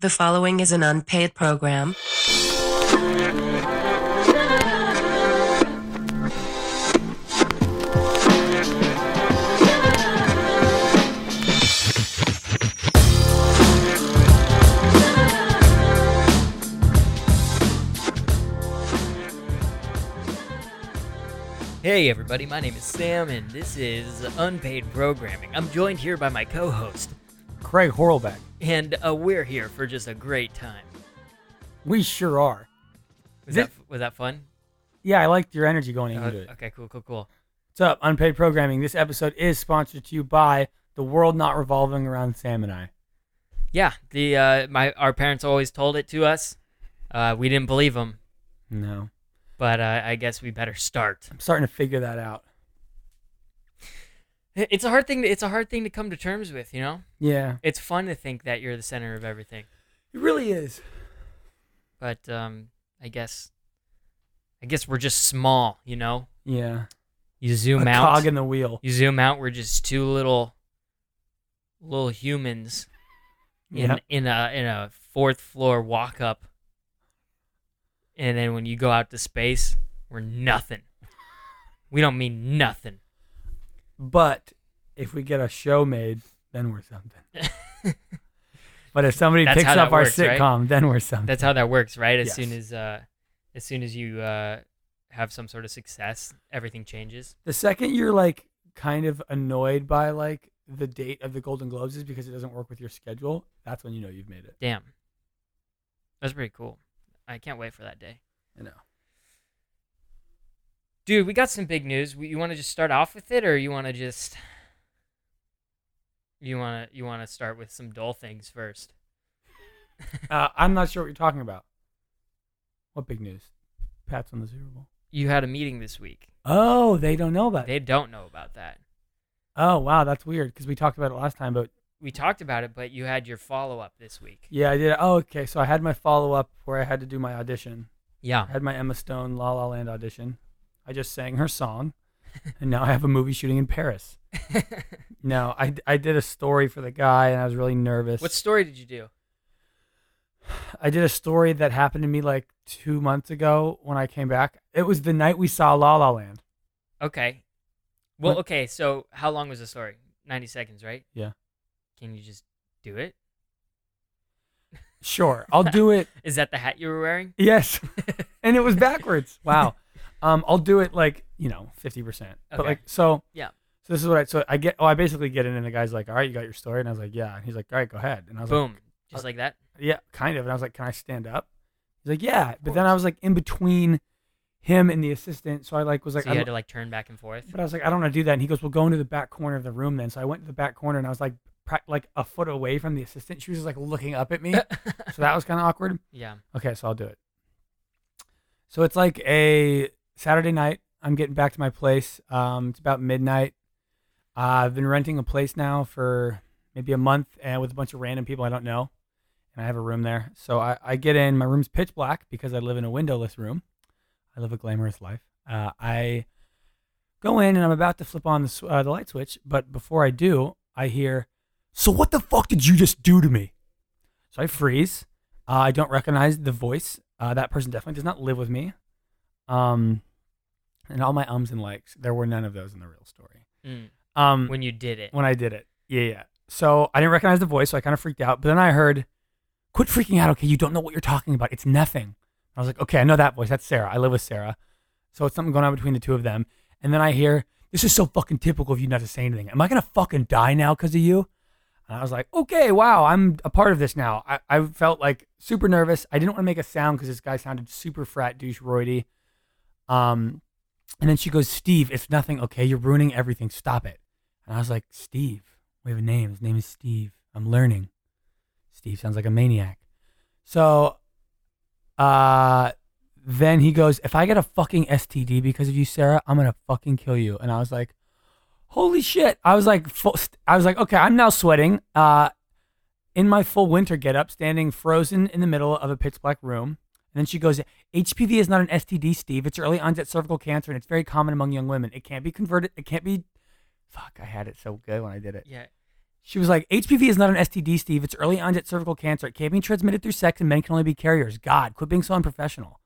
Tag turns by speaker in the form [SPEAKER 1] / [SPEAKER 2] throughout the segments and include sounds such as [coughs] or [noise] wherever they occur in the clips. [SPEAKER 1] The following is an unpaid program.
[SPEAKER 2] Hey everybody, my name is Sam and this is Unpaid Programming. I'm joined here by my co-host
[SPEAKER 3] Craig Horlbeck.
[SPEAKER 2] and uh, we're here for just a great time.
[SPEAKER 3] We sure are.
[SPEAKER 2] Was
[SPEAKER 3] Thi-
[SPEAKER 2] that was that fun?
[SPEAKER 3] Yeah, I liked your energy going into
[SPEAKER 2] Uh,
[SPEAKER 3] it.
[SPEAKER 2] okay, cool, cool, cool.
[SPEAKER 3] What's up, Unpaid Programming? This episode is sponsored to you by The World Not Revolving Around Sam and I.
[SPEAKER 2] Yeah, the uh, my our parents always told it to us. Uh, we didn't believe them,
[SPEAKER 3] No.
[SPEAKER 2] but uh, I guess we better start.
[SPEAKER 3] I'm starting to figure that out.
[SPEAKER 2] It- It's a hard thing. To, it's a hard thing to come to terms with. You know,
[SPEAKER 3] Yeah.
[SPEAKER 2] it's fun to think that you're the center of everything,
[SPEAKER 3] It really is.
[SPEAKER 2] but um, I guess, I guess we're just small. You know,
[SPEAKER 3] Yeah.
[SPEAKER 2] you zoom
[SPEAKER 3] a
[SPEAKER 2] out.
[SPEAKER 3] cog in the wheel.
[SPEAKER 2] you zoom out, we're just two little little humans in
[SPEAKER 3] Yeah.
[SPEAKER 2] in a in a fourth floor walk up. And then when you go out to space, we're nothing. We don't mean nothing. [laughs]
[SPEAKER 3] But if we get a show made, then we're something. but if somebody
[SPEAKER 2] That's
[SPEAKER 3] picks
[SPEAKER 2] how that
[SPEAKER 3] up our
[SPEAKER 2] works, right?
[SPEAKER 3] sitcom, then we're something.
[SPEAKER 2] That's how that works, right? As soon as
[SPEAKER 3] Yes.
[SPEAKER 2] uh as soon as you uh have some sort of success, everything changes.
[SPEAKER 3] the second you're like kind of annoyed by like the date of the Golden Globes is because it doesn't work with your schedule, that's when you know you've made it.
[SPEAKER 2] Damn. That's pretty cool. I can't wait for that day.
[SPEAKER 3] I know.
[SPEAKER 2] Dude, we got some big news. We, you want to just start off with it, or you want to just you want to you want to start with some dull things first?
[SPEAKER 3] Uh, I'm not sure what you're talking about. What big news? Pats on the Super Bowl.
[SPEAKER 2] You had a meeting this week.
[SPEAKER 3] Oh, they don't know about it.
[SPEAKER 2] They don't know about that.
[SPEAKER 3] Oh, wow, that's weird because we talked about it last time. But
[SPEAKER 2] We talked about it, but you had your follow up this week.
[SPEAKER 3] yeah, I did. Oh, okay. So I had my follow up where I had to do my audition.
[SPEAKER 2] Yeah, [laughs]
[SPEAKER 3] I had my Emma Stone La La Land audition. I just sang her [laughs] song, and now I have a movie shooting in Paris. No, I, I did a story for the guy, and I was really nervous.
[SPEAKER 2] what story did you do?
[SPEAKER 3] I did a story that happened to me like two months ago when I came back. It was the night we saw La La Land.
[SPEAKER 2] Okay. Well,
[SPEAKER 3] What-
[SPEAKER 2] okay. So how long was the story? Ninety seconds, right?
[SPEAKER 3] Yeah.
[SPEAKER 2] Can you just do it?
[SPEAKER 3] Sure, I'll do [laughs] it.
[SPEAKER 2] Is that the hat you were
[SPEAKER 3] [laughs]
[SPEAKER 2] wearing?
[SPEAKER 3] Yes. and it was backwards. [laughs] Wow. Um, I'll do it like, you know, 50%. But
[SPEAKER 2] Okay.
[SPEAKER 3] like, so.
[SPEAKER 2] Yeah.
[SPEAKER 3] So this is what I, so I get, oh, I basically get in and the guy's like, all right, you got your story. And I was like, yeah. And he's like, all right, go ahead. And I was
[SPEAKER 2] Boom, just
[SPEAKER 3] uh,
[SPEAKER 2] like that.
[SPEAKER 3] like, yeah, kind of. And I was like, can I stand up? He's like, yeah. But then I was like in between him and the assistant. So I like, was like,
[SPEAKER 2] so you
[SPEAKER 3] I
[SPEAKER 2] had to
[SPEAKER 3] don't-
[SPEAKER 2] like turn back and forth.
[SPEAKER 3] but I was like, I don't want to do that. And he goes, well, go into the back corner of the room then. So I went to the back corner and I was like, pra- like a foot away from the assistant. She was just like looking
[SPEAKER 2] [laughs]
[SPEAKER 3] up at me. so that was kind of awkward.
[SPEAKER 2] yeah.
[SPEAKER 3] Okay, so I'll do it. So it's like a Saturday night. I'm getting back to my place. Um, it's about midnight. Uh, I've been renting a place now for maybe a month and with a bunch of random people I don't know. And I have a room there. So I, I get in. My room's pitch black because I live in a windowless room. I live a glamorous life. Uh, I go in and I'm about to flip on the, sw- uh, the light switch. But before I do, I hear, So what the fuck did you just do to me? So I freeze. Uh, I don't recognize the voice. Uh, that person definitely does not live with me. Um, and all my ums and likes. There were none of those in the real story.
[SPEAKER 2] Mm.
[SPEAKER 3] Um,
[SPEAKER 2] When you did it.
[SPEAKER 3] when I did it. Yeah, yeah. So I didn't recognize the voice, so I kind of freaked out. But then I heard, "Quit freaking out, okay? You don't know what you're talking about. It's nothing." I was like, "Okay, I know that voice. That's Sarah. I live with Sarah." So it's something going on between the two of them. And then I hear, "This is so fucking typical of you not to say anything. Am I gonna fucking die now because of you?" And I was like, "Okay, wow, I'm a part of this now." I, I felt like super nervous. I didn't want to make a sound because this guy sounded super frat douche roidy. Um, and then she goes, "Steve, it's nothing. Okay, you're ruining everything. Stop it." And I was like, Steve, we have a name. His name is Steve. I'm learning. Steve sounds like a maniac. So uh then he goes, If I get a fucking STD because of you, Sarah, I'm gonna fucking kill you. And I was like, Holy shit. I was like full, st- I was like, okay, I'm now sweating. Uh in my full winter getup, standing frozen in the middle of a pitch black room. And then she goes, HPV is not an STD, Steve. It's early onset cervical cancer, and it's very common among young women. It can't be converted. It can't be. Fuck, I had it so good when I did it.
[SPEAKER 2] Yeah.
[SPEAKER 3] She was like, HPV is not an STD, Steve. It's early onset cervical cancer. It can't be transmitted through sex, and men can only be carriers. God, quit being so unprofessional.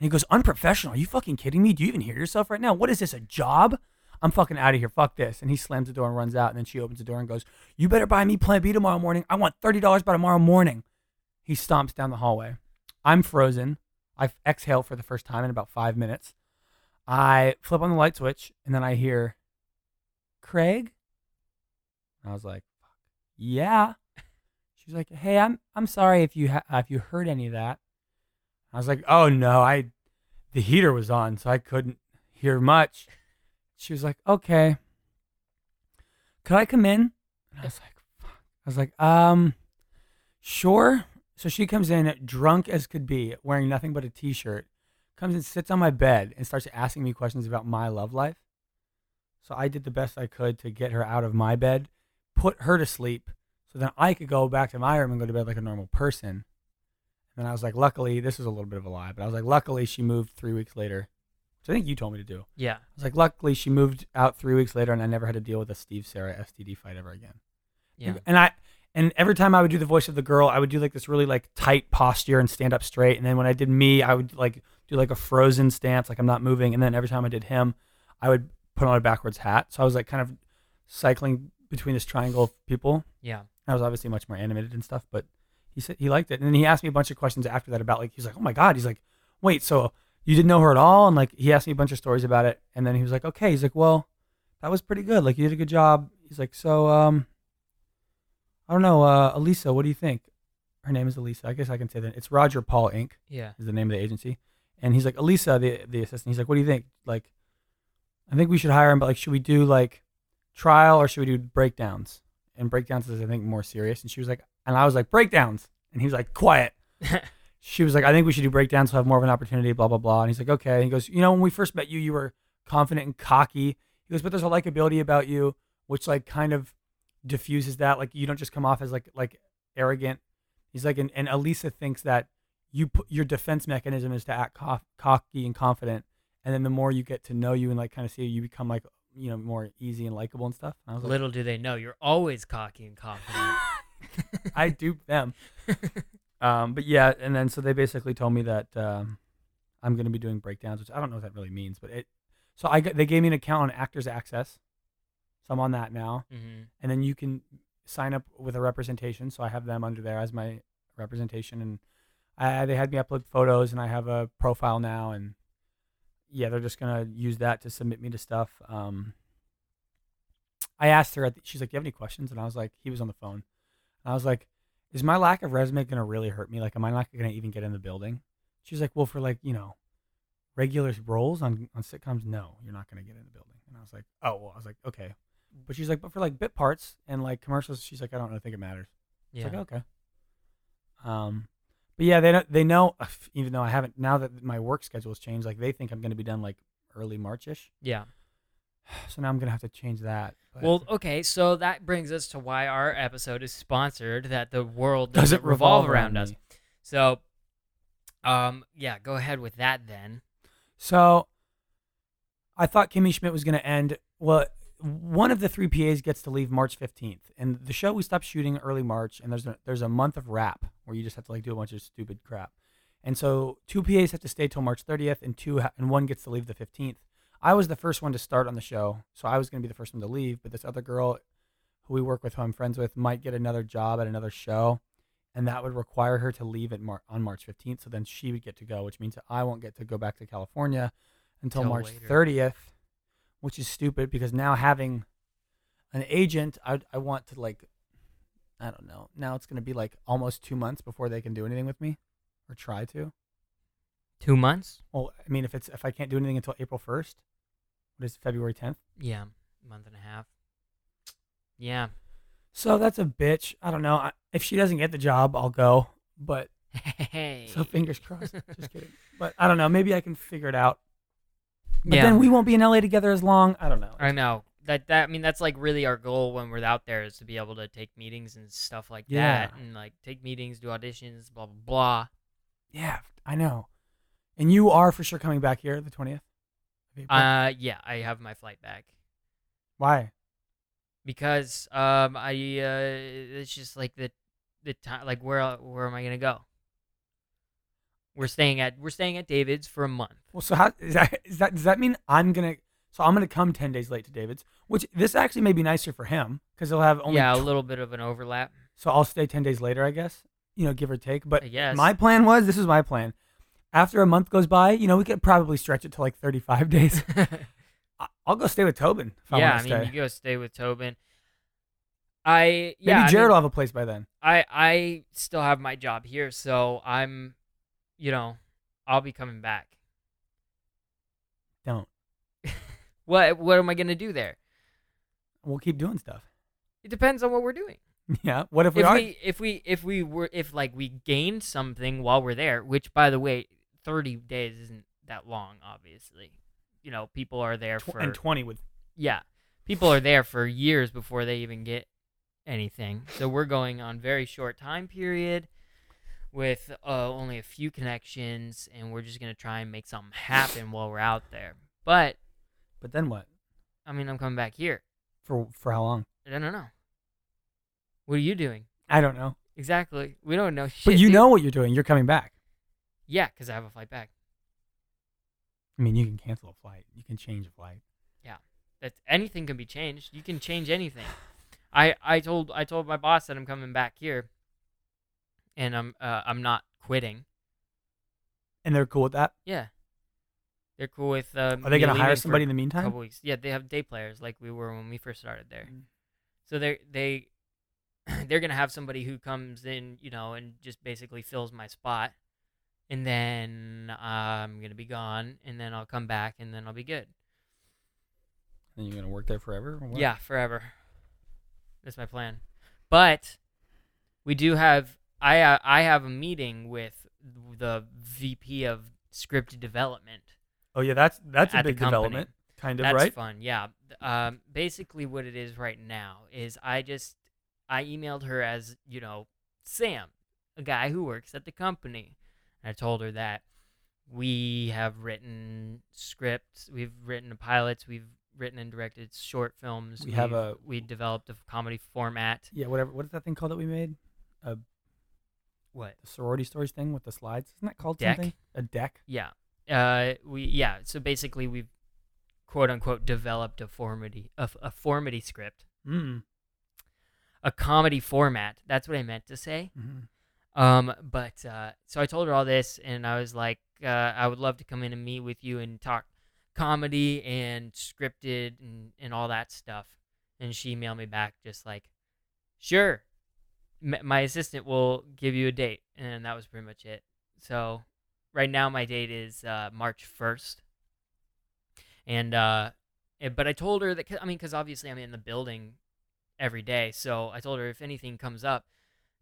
[SPEAKER 3] And he goes, Unprofessional? Are you fucking kidding me? Do you even hear yourself right now? What is this, a job? I'm fucking out of here. Fuck this. And he slams the door and runs out. And then she opens the door and goes, You better buy me Plan B tomorrow morning. I want $30 by tomorrow morning. He stomps down the hallway. I'm frozen. I exhale for the first time in about five minutes. I flip on the light switch, and then I hear, Craig? And I was like, "Yeah." She's like, "Hey, I'm I'm sorry if you ha- if you heard any of that." I was like, "Oh no, I the heater was on, so I couldn't hear much." She was like, "Okay, could I come in?" And I was like, "Fuck." "I was like, um, sure." So she comes in drunk as could be, wearing nothing but a t-shirt, comes and sits on my bed and starts asking me questions about my love life. So I did the best I could to get her out of my bed put her to sleep so then I could go back to my room and go to bed like a normal person. And I was like, luckily, this was a little bit of a lie, but I was like, luckily, she moved three weeks later, which I think you told me to do.
[SPEAKER 2] Yeah.
[SPEAKER 3] I was like, luckily, she moved out three weeks later, and I never had to deal with a Steve Sarah STD fight ever again.
[SPEAKER 2] Yeah.
[SPEAKER 3] And I and every time I would do the voice of the girl, I would do like this really like tight posture and stand up straight. And then when I did me, I would like do like a frozen stance, like I'm not moving. And then every time I did him, I would put on a backwards hat. So I was like kind of cycling between this triangle of people.
[SPEAKER 2] Yeah.
[SPEAKER 3] I was obviously much more animated and stuff, but he said he liked it. And then he asked me a bunch of questions after that about like he's like, oh my god, he's like, wait, so you didn't know her at all? And like he asked me a bunch of stories about it, and then he was like, okay, he's like, well, that was pretty good. Like you did a good job. He's like, so um, I don't know, uh, Elisa, what do you think? Her name is Elisa. I guess I can say that. It's Roger Paul Inc.
[SPEAKER 2] Yeah.
[SPEAKER 3] is the name of the agency, and he's like, Elisa, the the assistant. He's like, what do you think? Like, I think we should hire him, but like, should we do like trial or should we do breakdowns? And breakdowns is I think more serious. And she was like, and I was like, breakdowns. And he was like, quiet. she was like, [laughs] I think we should do breakdowns to have more of an opportunity. Blah blah blah. And he's like, okay. And he goes, you know, when we first met you, you were confident and cocky. He goes, but there's a likability about you, which like kind of diffuses that. Like you don't just come off as like like arrogant. He's like, and, and Elisa thinks that you put your defense mechanism is to act cof- cocky and confident, and then the more you get to know you and like kind of see you, you become like you know more easy and likable and stuff.
[SPEAKER 2] [laughs]
[SPEAKER 3] And I was like,
[SPEAKER 2] Little do they know, you're always cocky and
[SPEAKER 3] [laughs]
[SPEAKER 2] confident.
[SPEAKER 3] I duped them. um, but yeah, and then so they basically told me that um, I'm going to be doing breakdowns, which I don't know what that really means, but it. So I got, they gave me an account on Actors Access, so I'm on that now,
[SPEAKER 2] hmm
[SPEAKER 3] and then you can sign up with a representation. So I have them under there as my representation, and I, they had me upload photos, and I have a profile now, and yeah, they're just gonna use that to submit me to stuff. Um, I asked her, at the, she's like, "Do you have any questions?" And I was like, "He was on the phone." And I was like, "Is my lack of resume gonna really hurt me? Like, am I not gonna even get in the building?" She's like, "Well, for like you know, regular roles on on sitcoms, no, you're not gonna get in the building." And I was like, "Oh, well," I was like, "Okay." But she's like, "But for like bit parts and like commercials," she's like, "I don't really think it matters."
[SPEAKER 2] Yeah.
[SPEAKER 3] It's like oh, okay. Um, but yeah, they don't. They know. [sighs] Even though I haven't now that my work schedule has changed, like they think I'm going to be done like early Marchish. [sighs]
[SPEAKER 2] yeah.
[SPEAKER 3] So now I'm going to have to change that. but-
[SPEAKER 2] Well, okay, so that brings us to why our episode is sponsored that the world
[SPEAKER 3] Does it
[SPEAKER 2] doesn't revolve,
[SPEAKER 3] revolve
[SPEAKER 2] around
[SPEAKER 3] around
[SPEAKER 2] us.
[SPEAKER 3] me?
[SPEAKER 2] So um yeah, go ahead with that then.
[SPEAKER 3] so I thought Kimmy Schmidt was going to end. Well, one of the three PAs gets to leave March 15th, and the show we stopped shooting early March, and there's a, there's a month of rap where you just have to like do a bunch of stupid crap. And so two PAs have to stay till March 30th, and two ha- and one gets to leave the 15th. I was the first one to start on the show, so I was going to be the first one to leave. But this other girl, who we work with, who I'm friends with, might get another job at another show, and that would require her to leave at Mar- on March 15th. So then she would get to go, which means that I won't get to go back to California until
[SPEAKER 2] Till
[SPEAKER 3] March
[SPEAKER 2] later.
[SPEAKER 3] 30th, which is stupid because now having an agent, I I want to like, I don't know. Now it's going to be like almost two months before they can do anything with me, or try to.
[SPEAKER 2] 2 months?
[SPEAKER 3] Well, I mean, if it's if I can't do anything until April first, what is it, February tenth?
[SPEAKER 2] Yeah, month and a half. Yeah. [laughs]
[SPEAKER 3] So that's a bitch. I don't know. I, if she doesn't get the job, I'll go. But
[SPEAKER 2] Hey.
[SPEAKER 3] so fingers
[SPEAKER 2] [laughs]
[SPEAKER 3] crossed. Just kidding. But I don't know. Maybe I can figure it out. But
[SPEAKER 2] Yeah.
[SPEAKER 3] then we won't be in LA together as long. I don't know.
[SPEAKER 2] I know. That that I mean that's like really our goal when we're out there is to be able to take meetings and stuff like that
[SPEAKER 3] Yeah.
[SPEAKER 2] and like take meetings, do auditions, blah blah blah.
[SPEAKER 3] Yeah, I know. And you are for sure coming back here the twentieth.
[SPEAKER 2] Uh yeah, I have my flight back
[SPEAKER 3] Why?
[SPEAKER 2] because um I uh it's just like the the time like where el- where am I gonna go? We're staying at we're staying at David's for a month.
[SPEAKER 3] Well, so how is that, is that? Does that mean I'm gonna? So I'm gonna come ten days late to David's, which this actually may be nicer for him because he'll have only.
[SPEAKER 2] yeah, a
[SPEAKER 3] tw-
[SPEAKER 2] little bit of an overlap.
[SPEAKER 3] so I'll stay ten days later, I guess. You know, give or take. But
[SPEAKER 2] I guess. [laughs]
[SPEAKER 3] Uh, my plan was this is my plan. After a month goes by, you know, we could probably stretch it to like 35
[SPEAKER 2] [laughs]
[SPEAKER 3] [laughs] days. I- I'll go stay with Tobin. If I
[SPEAKER 2] yeah,
[SPEAKER 3] wanna
[SPEAKER 2] I mean
[SPEAKER 3] stay.
[SPEAKER 2] you go stay with Tobin. I
[SPEAKER 3] Maybe
[SPEAKER 2] yeah, I mean,
[SPEAKER 3] Jared will have a place by then.
[SPEAKER 2] I I still have my job here, so I'm, you know, I'll be coming back.
[SPEAKER 3] Don't.
[SPEAKER 2] What what am I gonna do there?
[SPEAKER 3] We'll keep doing stuff. [laughs]
[SPEAKER 2] It depends on what we're doing.
[SPEAKER 3] Yeah. What if we
[SPEAKER 2] if
[SPEAKER 3] are?
[SPEAKER 2] we if we if we were if like we gained something while we're there, which by the way, thirty days isn't that long, obviously. You know, people are there
[SPEAKER 3] tw-
[SPEAKER 2] for
[SPEAKER 3] and 20 with.
[SPEAKER 2] yeah, people are there for years before they even get anything. So we're going on very short time period with uh, only a few connections, and we're just gonna try and make something happen while we're out there. But
[SPEAKER 3] But then what?
[SPEAKER 2] I mean, I'm coming back here.
[SPEAKER 3] For for how long?
[SPEAKER 2] I don't know. What are you doing
[SPEAKER 3] I don't know.
[SPEAKER 2] exactly? We don't know [laughs] shit.
[SPEAKER 3] but you
[SPEAKER 2] dude.
[SPEAKER 3] know what you're doing. You're coming back.
[SPEAKER 2] Yeah, because I have a flight back.
[SPEAKER 3] I mean, you can cancel a flight. You can change a flight.
[SPEAKER 2] That anything can be changed. You can change anything. I I told I told my boss that I'm coming back here, and I'm uh, I'm not quitting.
[SPEAKER 3] And they're cool with that.
[SPEAKER 2] Yeah, they're cool with. Uh,
[SPEAKER 3] Are
[SPEAKER 2] me
[SPEAKER 3] they going to
[SPEAKER 2] leaving
[SPEAKER 3] hire
[SPEAKER 2] for
[SPEAKER 3] somebody in the
[SPEAKER 2] A
[SPEAKER 3] meantime?
[SPEAKER 2] couple weeks. Yeah, they have day players like we were when we first started there. So they they [clears throat] they're gonna have somebody who comes in, you know, and just basically fills my spot, and then I'm gonna be gone, and then I'll come back, and then I'll be good.
[SPEAKER 3] And you're going to work there forever? Or what?
[SPEAKER 2] Yeah, forever. That's my plan. But we do have I uh, I have a meeting with the VP of script development.
[SPEAKER 3] Oh, yeah. That's that's a
[SPEAKER 2] At the
[SPEAKER 3] big
[SPEAKER 2] company.
[SPEAKER 3] development. Kind of,
[SPEAKER 2] That's
[SPEAKER 3] right?
[SPEAKER 2] fun. Yeah. Th- Um, basically, what it is right now is I just I emailed her as you know Sam, a guy who works at the company. And I told her that we have written scripts, we've written pilots, we've written and directed short films.
[SPEAKER 3] We have
[SPEAKER 2] we've-
[SPEAKER 3] a-
[SPEAKER 2] we developed a comedy format.
[SPEAKER 3] Yeah, whatever. What is that thing called that we made?
[SPEAKER 2] What?
[SPEAKER 3] The sorority stories thing with the slides. Isn't that called
[SPEAKER 2] Deck?
[SPEAKER 3] something? A deck.
[SPEAKER 2] Yeah. Uh, we yeah. So basically, we've quote unquote developed a formity a, f- a formity script,
[SPEAKER 3] Mm.
[SPEAKER 2] a comedy format. That's what I meant to say.
[SPEAKER 3] Mm-hmm.
[SPEAKER 2] Um, but uh, so I told her all this, and I was like, uh, I would love to come in and meet with you and talk comedy and scripted and, and all that stuff. And she emailed me back just like, sure, M- my assistant will give you a date, and that was pretty much it. So right now my date is uh, March first, and uh, eh, but I told her that 'cause- I mean, because obviously I'm in the building every day, so I told her if anything comes up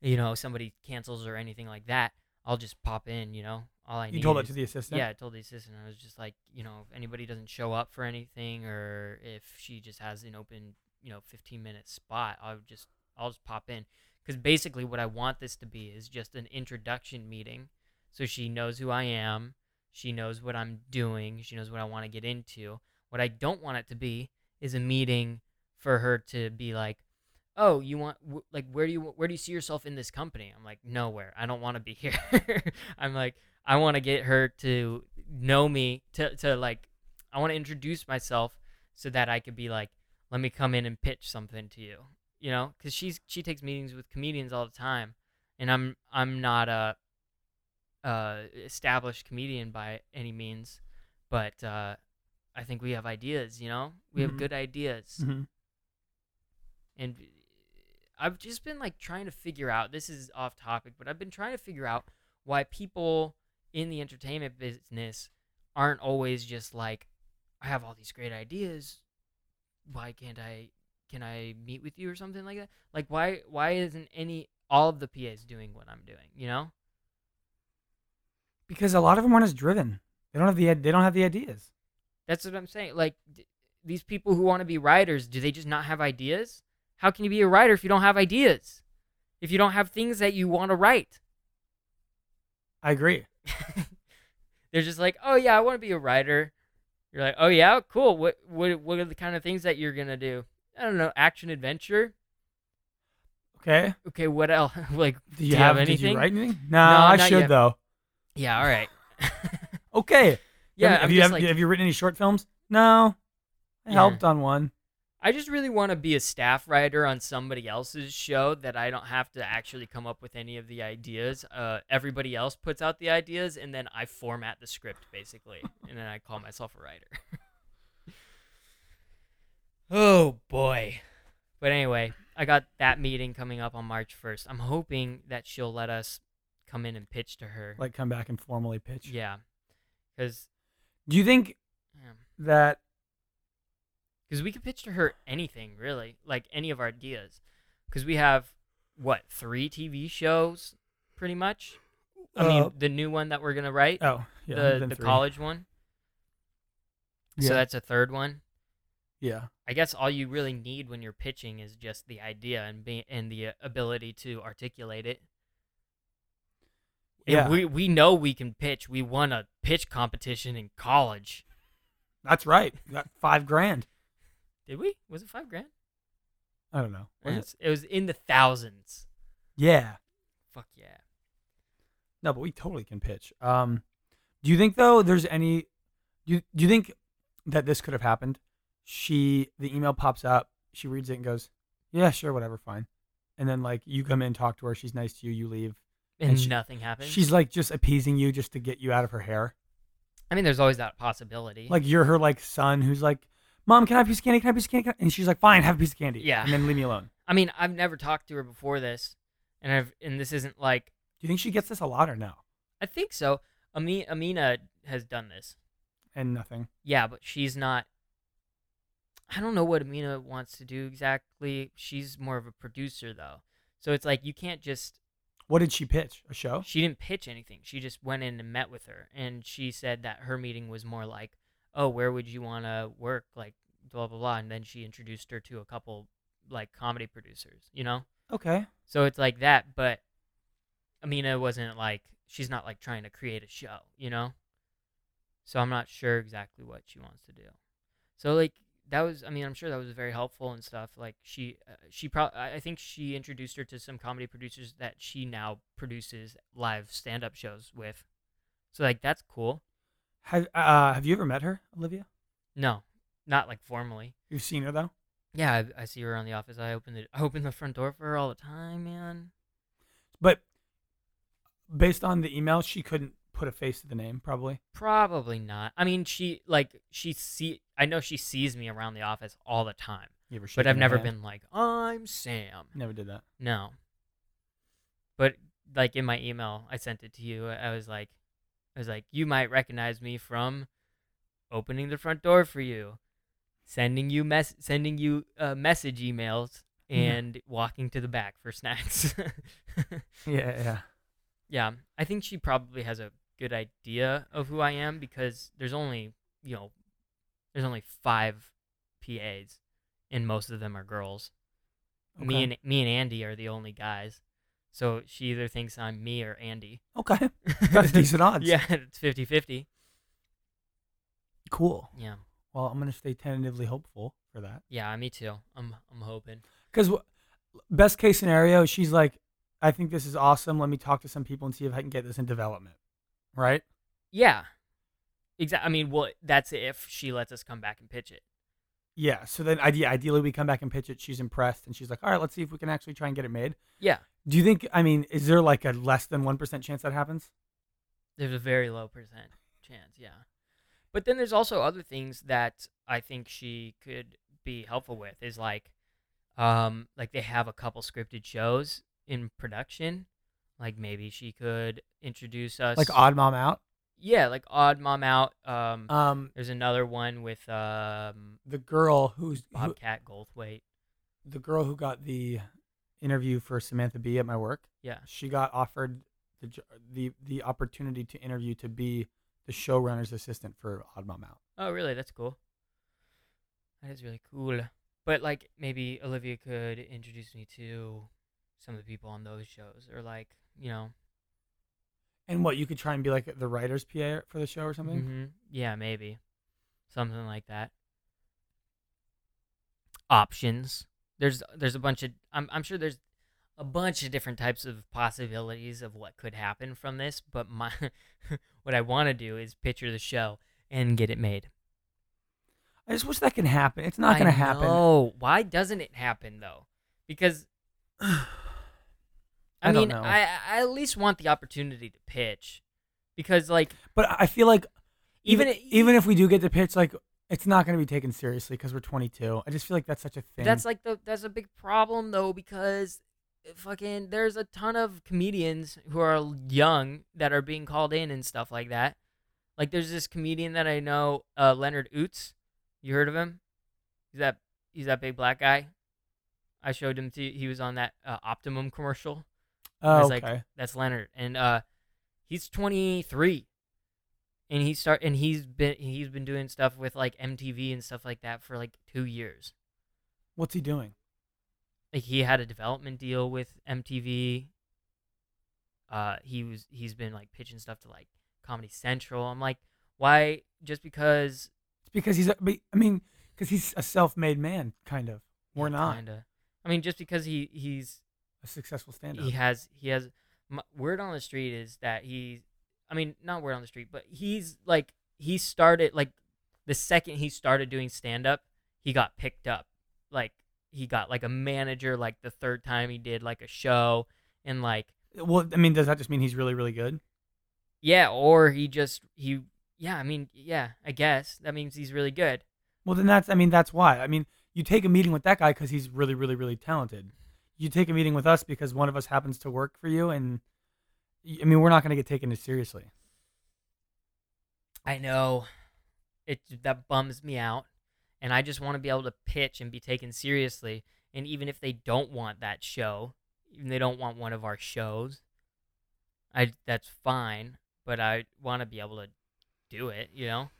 [SPEAKER 2] you know, somebody cancels or anything like that, I'll just pop in, you know. All I
[SPEAKER 3] You
[SPEAKER 2] need
[SPEAKER 3] told
[SPEAKER 2] is,
[SPEAKER 3] that to the assistant.
[SPEAKER 2] yeah, I told the assistant. I was just like, you know, if anybody doesn't show up for anything, or if she just has an open, you know, fifteen minute spot, I'll just, I'll just pop in. Because basically, what I want this to be is just an introduction meeting, so she knows who I am, she knows what I'm doing, she knows what I want to get into. What I don't want it to be is a meeting for her to be like, "Oh, you want wh- like where do you where do you see yourself in this company?" I'm like, "Nowhere. I don't want to be [laughs] here." I'm like, I want to get her to know me to to like I want to introduce myself so that I could be like, "Let me come in and pitch something to you." You know, cuz she's she takes meetings with comedians all the time, and I'm I'm not a uh established comedian by any means, but uh I think we have ideas, you know? We have
[SPEAKER 3] Mhm.
[SPEAKER 2] good ideas
[SPEAKER 3] Mm-hmm.
[SPEAKER 2] and I've just been like trying to figure out. This is off topic, but I've been trying to figure out why people in the entertainment business aren't always just like, I have all these great ideas. Why can't I? Can I meet with you or something like that? Like why? Why isn't any all of the PAs doing what I'm doing? You know?
[SPEAKER 3] Because a lot of them aren't as driven. They don't have the id- they don't have the ideas.
[SPEAKER 2] That's what I'm saying. Like d- these people who want to be writers, do they just not have ideas? How can you be a writer if you don't have ideas? If you don't have things that you want to write?
[SPEAKER 3] I agree.
[SPEAKER 2] [laughs] they're just like, oh yeah, I want to be a writer. You're like, oh yeah, cool. What what what are the kind of things that you're gonna do? I don't know, action adventure.
[SPEAKER 3] Okay.
[SPEAKER 2] Okay, what else? [laughs] like,
[SPEAKER 3] Do
[SPEAKER 2] you have
[SPEAKER 3] Did
[SPEAKER 2] anything?
[SPEAKER 3] you write anything?
[SPEAKER 2] No,
[SPEAKER 3] No, I
[SPEAKER 2] not
[SPEAKER 3] should
[SPEAKER 2] yet.
[SPEAKER 3] though.
[SPEAKER 2] yeah, all right.
[SPEAKER 3] Okay.
[SPEAKER 2] yeah,
[SPEAKER 3] Have,
[SPEAKER 2] I'm
[SPEAKER 3] you
[SPEAKER 2] just
[SPEAKER 3] have,
[SPEAKER 2] like,
[SPEAKER 3] have you written any short films? No. I
[SPEAKER 2] Yeah.
[SPEAKER 3] helped on one.
[SPEAKER 2] I just really want to be a staff writer on somebody else's show that I don't have to actually come up with any of the ideas. Uh, everybody else puts out the ideas, and then I format the script basically, and then I call myself a writer. [laughs] oh boy! But anyway, I got that meeting coming up on March first. I'm hoping that she'll let us come in and pitch to her.
[SPEAKER 3] Like come back and formally pitch.
[SPEAKER 2] yeah, because
[SPEAKER 3] Do you think that
[SPEAKER 2] because we could pitch to her anything really, like any of our ideas, because we have what three TV shows, pretty much. I
[SPEAKER 3] Uh,
[SPEAKER 2] mean, the new one that we're gonna write,
[SPEAKER 3] Oh, yeah.
[SPEAKER 2] the
[SPEAKER 3] then
[SPEAKER 2] the
[SPEAKER 3] three.
[SPEAKER 2] college one.
[SPEAKER 3] Yeah.
[SPEAKER 2] So that's a third one.
[SPEAKER 3] yeah.
[SPEAKER 2] I guess all you really need when you're pitching is just the idea and be and the uh, ability to articulate it. And
[SPEAKER 3] Yeah.
[SPEAKER 2] we we know we can pitch. We won a pitch competition in college.
[SPEAKER 3] That's right. You Got 5 grand.
[SPEAKER 2] Did we? Was it five grand?
[SPEAKER 3] I don't know. Was
[SPEAKER 2] Eh,
[SPEAKER 3] it?
[SPEAKER 2] it's- it was in the thousands.
[SPEAKER 3] Yeah.
[SPEAKER 2] Fuck yeah.
[SPEAKER 3] No, but we totally can pitch. Um, do you think though there's any? Do you, do you think that this could have happened? She the email pops up, she reads it and goes, "Yeah, sure, whatever, fine." And then like you come in, talk to her, she's nice to you, you leave.
[SPEAKER 2] And,
[SPEAKER 3] And she-
[SPEAKER 2] nothing happened.
[SPEAKER 3] She's like just appeasing you just to get you out of her hair.
[SPEAKER 2] I mean, there's always that possibility.
[SPEAKER 3] Like you're her like son who's like, "Mom, can I have a piece of candy? Can I have a piece of candy?" Can I-" And she's like, "Fine, have a piece of candy."
[SPEAKER 2] Yeah.
[SPEAKER 3] And then leave me alone.
[SPEAKER 2] I mean, I've never talked to her before this, and I've and this isn't like
[SPEAKER 3] Do you think she gets this a lot or no?
[SPEAKER 2] I think so. Ami- Amina has done this,
[SPEAKER 3] And nothing.
[SPEAKER 2] yeah, but she's not. I don't know what Amina wants to do exactly. She's more of a producer though, so it's like you can't just.
[SPEAKER 3] What did she pitch? A show?
[SPEAKER 2] She didn't pitch anything. She just went in and met with her, and she said that her meeting was more like, "Oh, where would you want to work?" Like blah blah blah, and then she introduced her to a couple like comedy producers, you know.
[SPEAKER 3] Okay.
[SPEAKER 2] So it's like that, but Amina wasn't like she's not like trying to create a show, you know? So I'm not sure exactly what she wants to do. So like that was I mean, I'm sure that was very helpful and stuff. Like she uh, she pro- I I think she introduced her to some comedy producers that she now produces live stand-up shows with. So like that's cool.
[SPEAKER 3] Have uh, have you ever met her, Olivia?
[SPEAKER 2] No, not like formally.
[SPEAKER 3] You've seen her though.
[SPEAKER 2] Yeah, I, I see her on the office. I open the I open the front door for her all the time, man.
[SPEAKER 3] But based on the email, she couldn't put a face to the name, probably.
[SPEAKER 2] Probably not. I mean, she like she see. I know she sees me around the office all the time,
[SPEAKER 3] You ever
[SPEAKER 2] but
[SPEAKER 3] shaken
[SPEAKER 2] I've
[SPEAKER 3] her
[SPEAKER 2] never
[SPEAKER 3] hand?
[SPEAKER 2] been like I'm Sam.
[SPEAKER 3] Never did that.
[SPEAKER 2] No. But like in my email, I sent it to you. I was like, I was like, you might recognize me from opening the front door for you, sending you mess, sending you uh, message emails,
[SPEAKER 3] Yeah.
[SPEAKER 2] and walking to the back for snacks. [laughs]
[SPEAKER 3] Yeah, yeah.
[SPEAKER 2] Yeah, I think she probably has a good idea of who I am because there's only, you know, there's only five PAs, and most of them are girls. Me
[SPEAKER 3] Okay.
[SPEAKER 2] and me and Andy are the only guys, so she either thinks I'm me or Andy.
[SPEAKER 3] Okay, [laughs]
[SPEAKER 2] [laughs]
[SPEAKER 3] that's decent odds.
[SPEAKER 2] Yeah, it's 50-50.
[SPEAKER 3] cool.
[SPEAKER 2] Yeah,
[SPEAKER 3] Well, I'm gonna stay tentatively hopeful for that.
[SPEAKER 2] yeah, me too. I'm I'm hoping.
[SPEAKER 3] Because best case scenario, she's like, "I think this is awesome. Let me talk to some people and see if I can get this in development." Right?
[SPEAKER 2] Yeah, exactly. I mean, well, that's if she lets us come back and pitch it.
[SPEAKER 3] Yeah. So then, ide- ideally, we come back and pitch it. She's impressed, and she's like, "All right, let's see if we can actually try and get it made."
[SPEAKER 2] Yeah,
[SPEAKER 3] Do you think? I mean, is there like a less than one percent chance that happens?
[SPEAKER 2] There's a very low percent chance, yeah. But then there's also other things that I think she could be helpful with is like um like they have a couple scripted shows in production. Like maybe she could introduce us
[SPEAKER 3] Like odd mom out.
[SPEAKER 2] Yeah, like Odd Mom Out. Um
[SPEAKER 3] Um,
[SPEAKER 2] there's another one with um
[SPEAKER 3] the girl who's who,
[SPEAKER 2] Bobcat Goldthwait.
[SPEAKER 3] the girl who got the interview for Samantha Bee at my work.
[SPEAKER 2] Yeah.
[SPEAKER 3] She got offered the jo- the the opportunity to interview to be the showrunner's assistant for Odd Mom Out.
[SPEAKER 2] Oh really, that's cool. That is really cool. But like maybe Olivia could introduce me to some of the people on those shows or like, you know,
[SPEAKER 3] And what you could try and be like the writer's PA for the show or
[SPEAKER 2] Mm-hmm.
[SPEAKER 3] something.
[SPEAKER 2] hmm Yeah, maybe something like that. options. There's there's a bunch of I'm I'm sure there's a bunch of different types of possibilities of what could happen from this, but my [laughs] what I want to do is picture the show and get it made.
[SPEAKER 3] I just wish that can happen. It's not going to happen.
[SPEAKER 2] Oh, why doesn't it happen though?
[SPEAKER 3] [sighs]
[SPEAKER 2] Because I,
[SPEAKER 3] I don't
[SPEAKER 2] mean,
[SPEAKER 3] know.
[SPEAKER 2] I I at least want the opportunity to pitch because like
[SPEAKER 3] But I feel like even
[SPEAKER 2] even e-,
[SPEAKER 3] even,
[SPEAKER 2] i-
[SPEAKER 3] if we do get the pitch, like it's not going to be taken seriously because we're 22. I just feel like that's such a thing.
[SPEAKER 2] That's like the that's a big problem though because fucking there's a ton of comedians who are young that are being called in and stuff like that. Like there's this comedian that I know, uh, Leonard Oots. You heard of him? He's that he's that big black guy. I showed him to he was on that uh, Optimum commercial. I
[SPEAKER 3] oh,
[SPEAKER 2] was
[SPEAKER 3] okay.
[SPEAKER 2] like, that's Leonard, and uh, he's 23, and he start and he's been he's been doing stuff with like MTV and stuff like that for like two years
[SPEAKER 3] What's he doing?
[SPEAKER 2] like he had a development deal with MTV. Uh, he was he's been like pitching stuff to like Comedy Central. I'm like, why? Just because
[SPEAKER 3] It's because he's. A, but- I mean, because he's a self-made man, kind of. We're
[SPEAKER 2] Yeah,
[SPEAKER 3] not
[SPEAKER 2] Kinda. I mean, just because he he's
[SPEAKER 3] a successful stand-up.
[SPEAKER 2] he has he has m word on the street is that he, I mean, not word on the street, but he's like he started like the second he started doing stand up, he got picked up. Like he got like a manager. Like the third time he did like a show and like
[SPEAKER 3] Well, I mean, does that just mean he's really, really good?
[SPEAKER 2] Yeah, or he just he yeah, I mean, yeah, I guess. That means he's really good.
[SPEAKER 3] Well, then that's. I mean, that's why. I mean, you take a meeting with that guy because he's really, really, really talented. You take a meeting with us because one of us happens to work for you, and y- I mean, we're not going to get taken as seriously.
[SPEAKER 2] I know. It that bums me out. And I just want to be able to pitch and be taken seriously. And even if they don't want that show, even they don't want one of our shows, I that's fine. But I want to be able to do it, you know?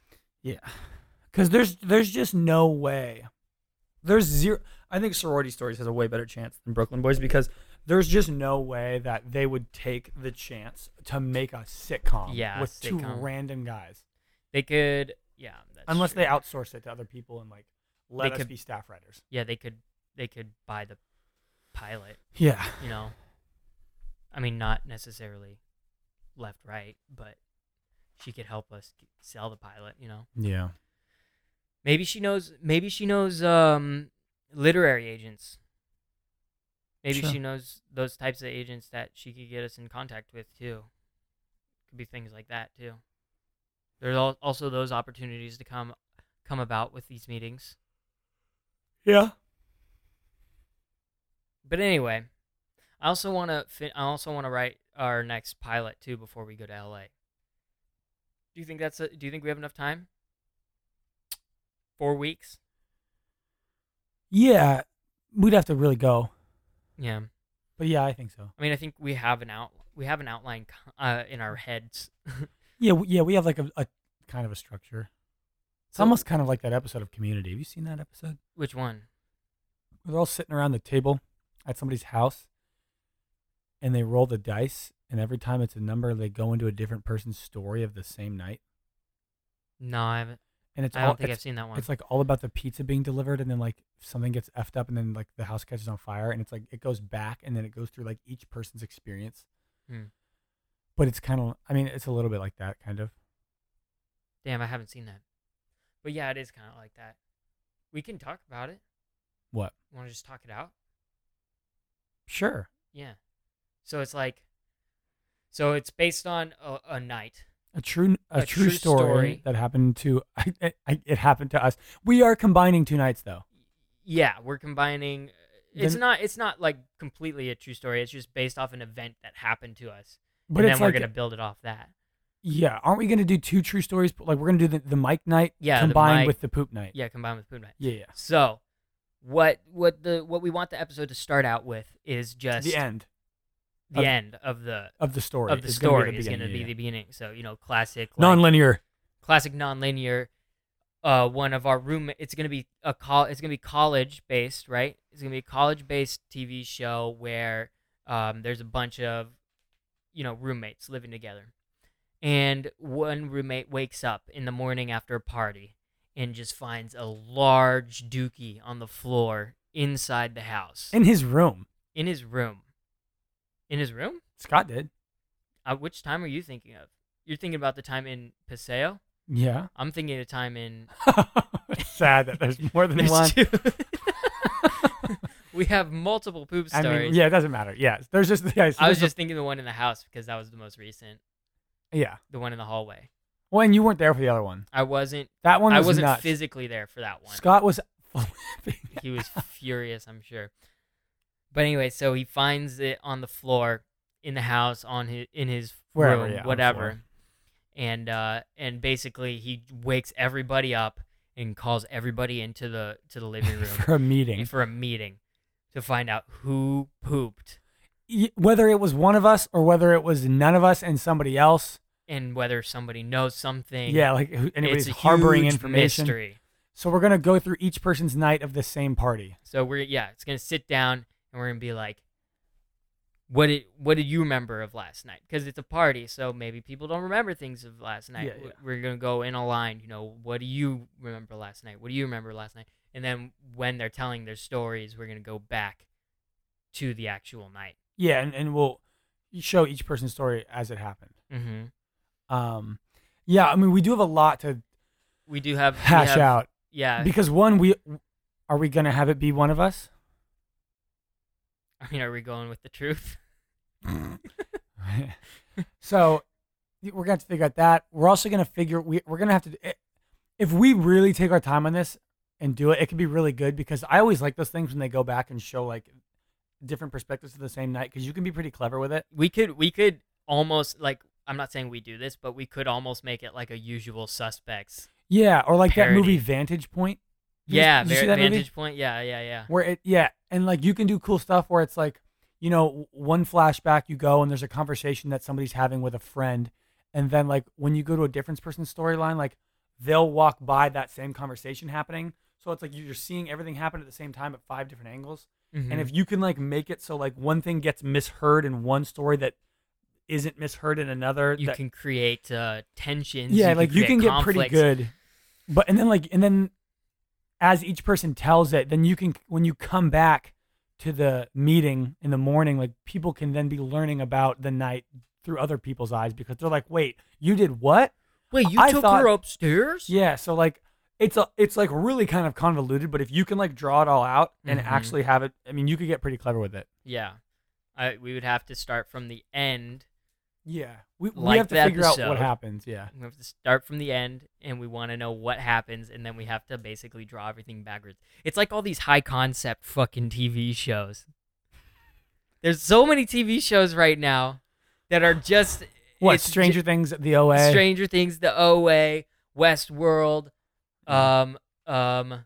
[SPEAKER 3] Yeah, because there's there's just no way. There's zero. I think sorority stories has a way better chance than Brooklyn Boys because there's just no way that they would take the chance to make a sitcom
[SPEAKER 2] Yeah, a
[SPEAKER 3] with two
[SPEAKER 2] sitcom.
[SPEAKER 3] random guys
[SPEAKER 2] They could yeah, that's
[SPEAKER 3] unless
[SPEAKER 2] true.
[SPEAKER 3] they outsource it to other people and like let
[SPEAKER 2] They
[SPEAKER 3] us
[SPEAKER 2] could-
[SPEAKER 3] be staff writers.
[SPEAKER 2] Yeah, they could they could buy the pilot.
[SPEAKER 3] Yeah,
[SPEAKER 2] you know i mean not necessarily left right but she could help us g- sell the pilot you know
[SPEAKER 3] yeah.
[SPEAKER 2] maybe she knows maybe she knows um literary agents maybe
[SPEAKER 3] Sure.
[SPEAKER 2] she knows those types of agents that she could get us in contact with too could be things like that too there's al- also those opportunities to come come about with these meetings
[SPEAKER 3] Yeah.
[SPEAKER 2] But anyway, I also want to. Fin- I also want to write our next pilot too before we go to LA. Do you think that's? A, do you think we have enough time? Four weeks.
[SPEAKER 3] Yeah, we'd have to really go.
[SPEAKER 2] Yeah.
[SPEAKER 3] But yeah, I think so.
[SPEAKER 2] I mean, I think we have an out. We have an outline co- uh, in our heads. [laughs]
[SPEAKER 3] Yeah, w- yeah, we have like a, a kind of a structure. It's
[SPEAKER 2] So-
[SPEAKER 3] almost kind of like that episode of Community. Have you seen that episode?
[SPEAKER 2] Which one?
[SPEAKER 3] Where they're all sitting around the table at somebody's house, and they roll the dice, and every time it's a number, they go into a different person's story of the same night,
[SPEAKER 2] No, I haven't.
[SPEAKER 3] and it's
[SPEAKER 2] I
[SPEAKER 3] all
[SPEAKER 2] don't think I've
[SPEAKER 3] it's,
[SPEAKER 2] seen that one.
[SPEAKER 3] it's like all about the pizza being delivered, and then like something gets effed up, and then like the house catches on fire, and it's like it goes back, and then it goes through like each person's experience.
[SPEAKER 2] Hmm.
[SPEAKER 3] But it's kind of, I mean, it's a little bit like that, kind of.
[SPEAKER 2] Damn, I haven't seen that. But yeah, it is kind of like that. We can talk about it.
[SPEAKER 3] What?
[SPEAKER 2] Want to just talk it out?
[SPEAKER 3] Sure.
[SPEAKER 2] Yeah. So it's like. So it's based on a, a night.
[SPEAKER 3] A true, a,
[SPEAKER 2] A
[SPEAKER 3] true,
[SPEAKER 2] true
[SPEAKER 3] story,
[SPEAKER 2] story.
[SPEAKER 3] that happened to [laughs] I, I, I- it happened to us. We are combining two nights though.
[SPEAKER 2] yeah we're combining uh, it's
[SPEAKER 3] Then-
[SPEAKER 2] not it's not like completely a true story it's just based off an event that happened to us
[SPEAKER 3] But
[SPEAKER 2] and
[SPEAKER 3] it's
[SPEAKER 2] then we're
[SPEAKER 3] like,
[SPEAKER 2] gonna build it off that
[SPEAKER 3] yeah, aren't we gonna do two true stories? Like we're gonna do the, the Mike night
[SPEAKER 2] Yeah, the
[SPEAKER 3] combined
[SPEAKER 2] Mike-
[SPEAKER 3] with the poop night.
[SPEAKER 2] yeah combined with food night
[SPEAKER 3] Yeah, yeah.
[SPEAKER 2] so what what the what we want the episode to start out with is just
[SPEAKER 3] the end
[SPEAKER 2] the
[SPEAKER 3] of-
[SPEAKER 2] end of the
[SPEAKER 3] of the story.
[SPEAKER 2] of the
[SPEAKER 3] is
[SPEAKER 2] story
[SPEAKER 3] gonna be
[SPEAKER 2] is
[SPEAKER 3] the
[SPEAKER 2] going to
[SPEAKER 3] beginning,
[SPEAKER 2] be
[SPEAKER 3] yeah,
[SPEAKER 2] the beginning so you know classic
[SPEAKER 3] yeah.
[SPEAKER 2] like,
[SPEAKER 3] non-linear.
[SPEAKER 2] classic nonlinear. Uh, one of our room. It's gonna be a call. It's gonna be college based, right? It's gonna be a college based TV show where um, there's a bunch of, you know, roommates living together, and one roommate wakes up in the morning after a party, and just finds a large dookie on the floor inside the house
[SPEAKER 3] in his room.
[SPEAKER 2] in his room. In his room?
[SPEAKER 3] Scott did.
[SPEAKER 2] Uh, which time are you thinking of? You're thinking about the time in Paseo.
[SPEAKER 3] Yeah.
[SPEAKER 2] I'm thinking of time in.
[SPEAKER 3] It's [laughs] Sad that there's more than
[SPEAKER 2] There's
[SPEAKER 3] [laughs] one.
[SPEAKER 2] two. [laughs] we have multiple poop
[SPEAKER 3] I
[SPEAKER 2] stories.
[SPEAKER 3] mean, yeah, it doesn't matter. Yeah, there's just yeah.
[SPEAKER 2] I was
[SPEAKER 3] there's a-
[SPEAKER 2] just thinking the one in the house because that was the most recent.
[SPEAKER 3] yeah.
[SPEAKER 2] The one in the hallway.
[SPEAKER 3] Well, and you weren't there for the other one.
[SPEAKER 2] I wasn't.
[SPEAKER 3] That one
[SPEAKER 2] I
[SPEAKER 3] was
[SPEAKER 2] wasn't
[SPEAKER 3] nuts.
[SPEAKER 2] physically there for that one.
[SPEAKER 3] Scott was. [laughs]
[SPEAKER 2] he was furious, I'm sure. But anyway, so he finds it on the floor in the house on his in his
[SPEAKER 3] Wherever,
[SPEAKER 2] room,
[SPEAKER 3] yeah, on the
[SPEAKER 2] whatever.
[SPEAKER 3] floor.
[SPEAKER 2] And uh and basically he wakes everybody up and calls everybody into the to the living room
[SPEAKER 3] [laughs] for a meeting.
[SPEAKER 2] for a meeting to find out who pooped
[SPEAKER 3] Y- Whether it was one of us or whether it was none of us and somebody else.
[SPEAKER 2] and whether somebody knows something.
[SPEAKER 3] Yeah, like who- anybody's
[SPEAKER 2] it's a
[SPEAKER 3] harboring
[SPEAKER 2] huge
[SPEAKER 3] information.
[SPEAKER 2] Mystery.
[SPEAKER 3] So we're gonna go through each person's night of the same party.
[SPEAKER 2] So we're yeah, it's gonna sit down and we're gonna be like, what did what did you remember of last night? Because it's a party, so maybe people don't remember things of last night.
[SPEAKER 3] Yeah,
[SPEAKER 2] W-
[SPEAKER 3] yeah.
[SPEAKER 2] We're gonna go in a line. You know, what do you remember last night? What do you remember last night? And then when they're telling their stories, we're gonna go back to the actual night.
[SPEAKER 3] Yeah, and, and we'll show each person's story as it happened.
[SPEAKER 2] Mm-hmm.
[SPEAKER 3] Um, yeah, I mean we do have a lot to
[SPEAKER 2] We do have we
[SPEAKER 3] hash
[SPEAKER 2] have-
[SPEAKER 3] out
[SPEAKER 2] Yeah,
[SPEAKER 3] because one we are we gonna have it be one of us?
[SPEAKER 2] [laughs]
[SPEAKER 3] [laughs]
[SPEAKER 2] I mean, are we going with the truth?
[SPEAKER 3] so y- we're gonna have to figure out that. We're also gonna figure we we're gonna have to i- if we really take our time on this and do it, it could be really good because I always like those things when they go back and show like different perspectives of the same night because you can be pretty clever with it.
[SPEAKER 2] we could we could almost like I'm not saying we do this, but we could almost make it like a usual suspects
[SPEAKER 3] Yeah, or like that
[SPEAKER 2] Parody.
[SPEAKER 3] movie Vantage Point. You-
[SPEAKER 2] Yeah,
[SPEAKER 3] did you see
[SPEAKER 2] ver-
[SPEAKER 3] that movie?
[SPEAKER 2] vantage point. Yeah, yeah, yeah.
[SPEAKER 3] where it yeah and like you can do cool stuff where it's like you know w- one flashback you go and there's a conversation that somebody's having with a friend and then like when you go to a different person's storyline like they'll walk by that same conversation happening so it's like you're seeing everything happen at the same time at five different angles
[SPEAKER 2] Mm-hmm.
[SPEAKER 3] and if you can like make it so like one thing gets misheard in one story that isn't misheard in another
[SPEAKER 2] you
[SPEAKER 3] that-
[SPEAKER 2] can create uh, tensions.
[SPEAKER 3] yeah
[SPEAKER 2] can
[SPEAKER 3] like you
[SPEAKER 2] create
[SPEAKER 3] can get pretty
[SPEAKER 2] conflicts.
[SPEAKER 3] good but and then like and then as each person tells it then you can when you come back to the meeting in the morning like people can then be learning about the night through other people's eyes because they're like wait you did what
[SPEAKER 2] Wait, you
[SPEAKER 3] I
[SPEAKER 2] took
[SPEAKER 3] thought-
[SPEAKER 2] her upstairs?
[SPEAKER 3] yeah so like it's a it's like really kind of convoluted but if you can like draw it all out and
[SPEAKER 2] Mhm.
[SPEAKER 3] actually have it i mean you could get pretty clever with it
[SPEAKER 2] Yeah. I, we would have to start from the end.
[SPEAKER 3] yeah we, we
[SPEAKER 2] Like
[SPEAKER 3] have to
[SPEAKER 2] the
[SPEAKER 3] figure out what
[SPEAKER 2] episode.
[SPEAKER 3] happens yeah
[SPEAKER 2] We have to start from the end, and we want to know what happens, and then we have to basically draw everything backwards. It's like all these high concept fucking TV shows. There's so many TV shows right now that are just
[SPEAKER 3] what
[SPEAKER 2] it's ju-
[SPEAKER 3] stranger things the oa
[SPEAKER 2] Stranger Things, The OA, Westworld, um,
[SPEAKER 3] Mm-hmm.
[SPEAKER 2] um,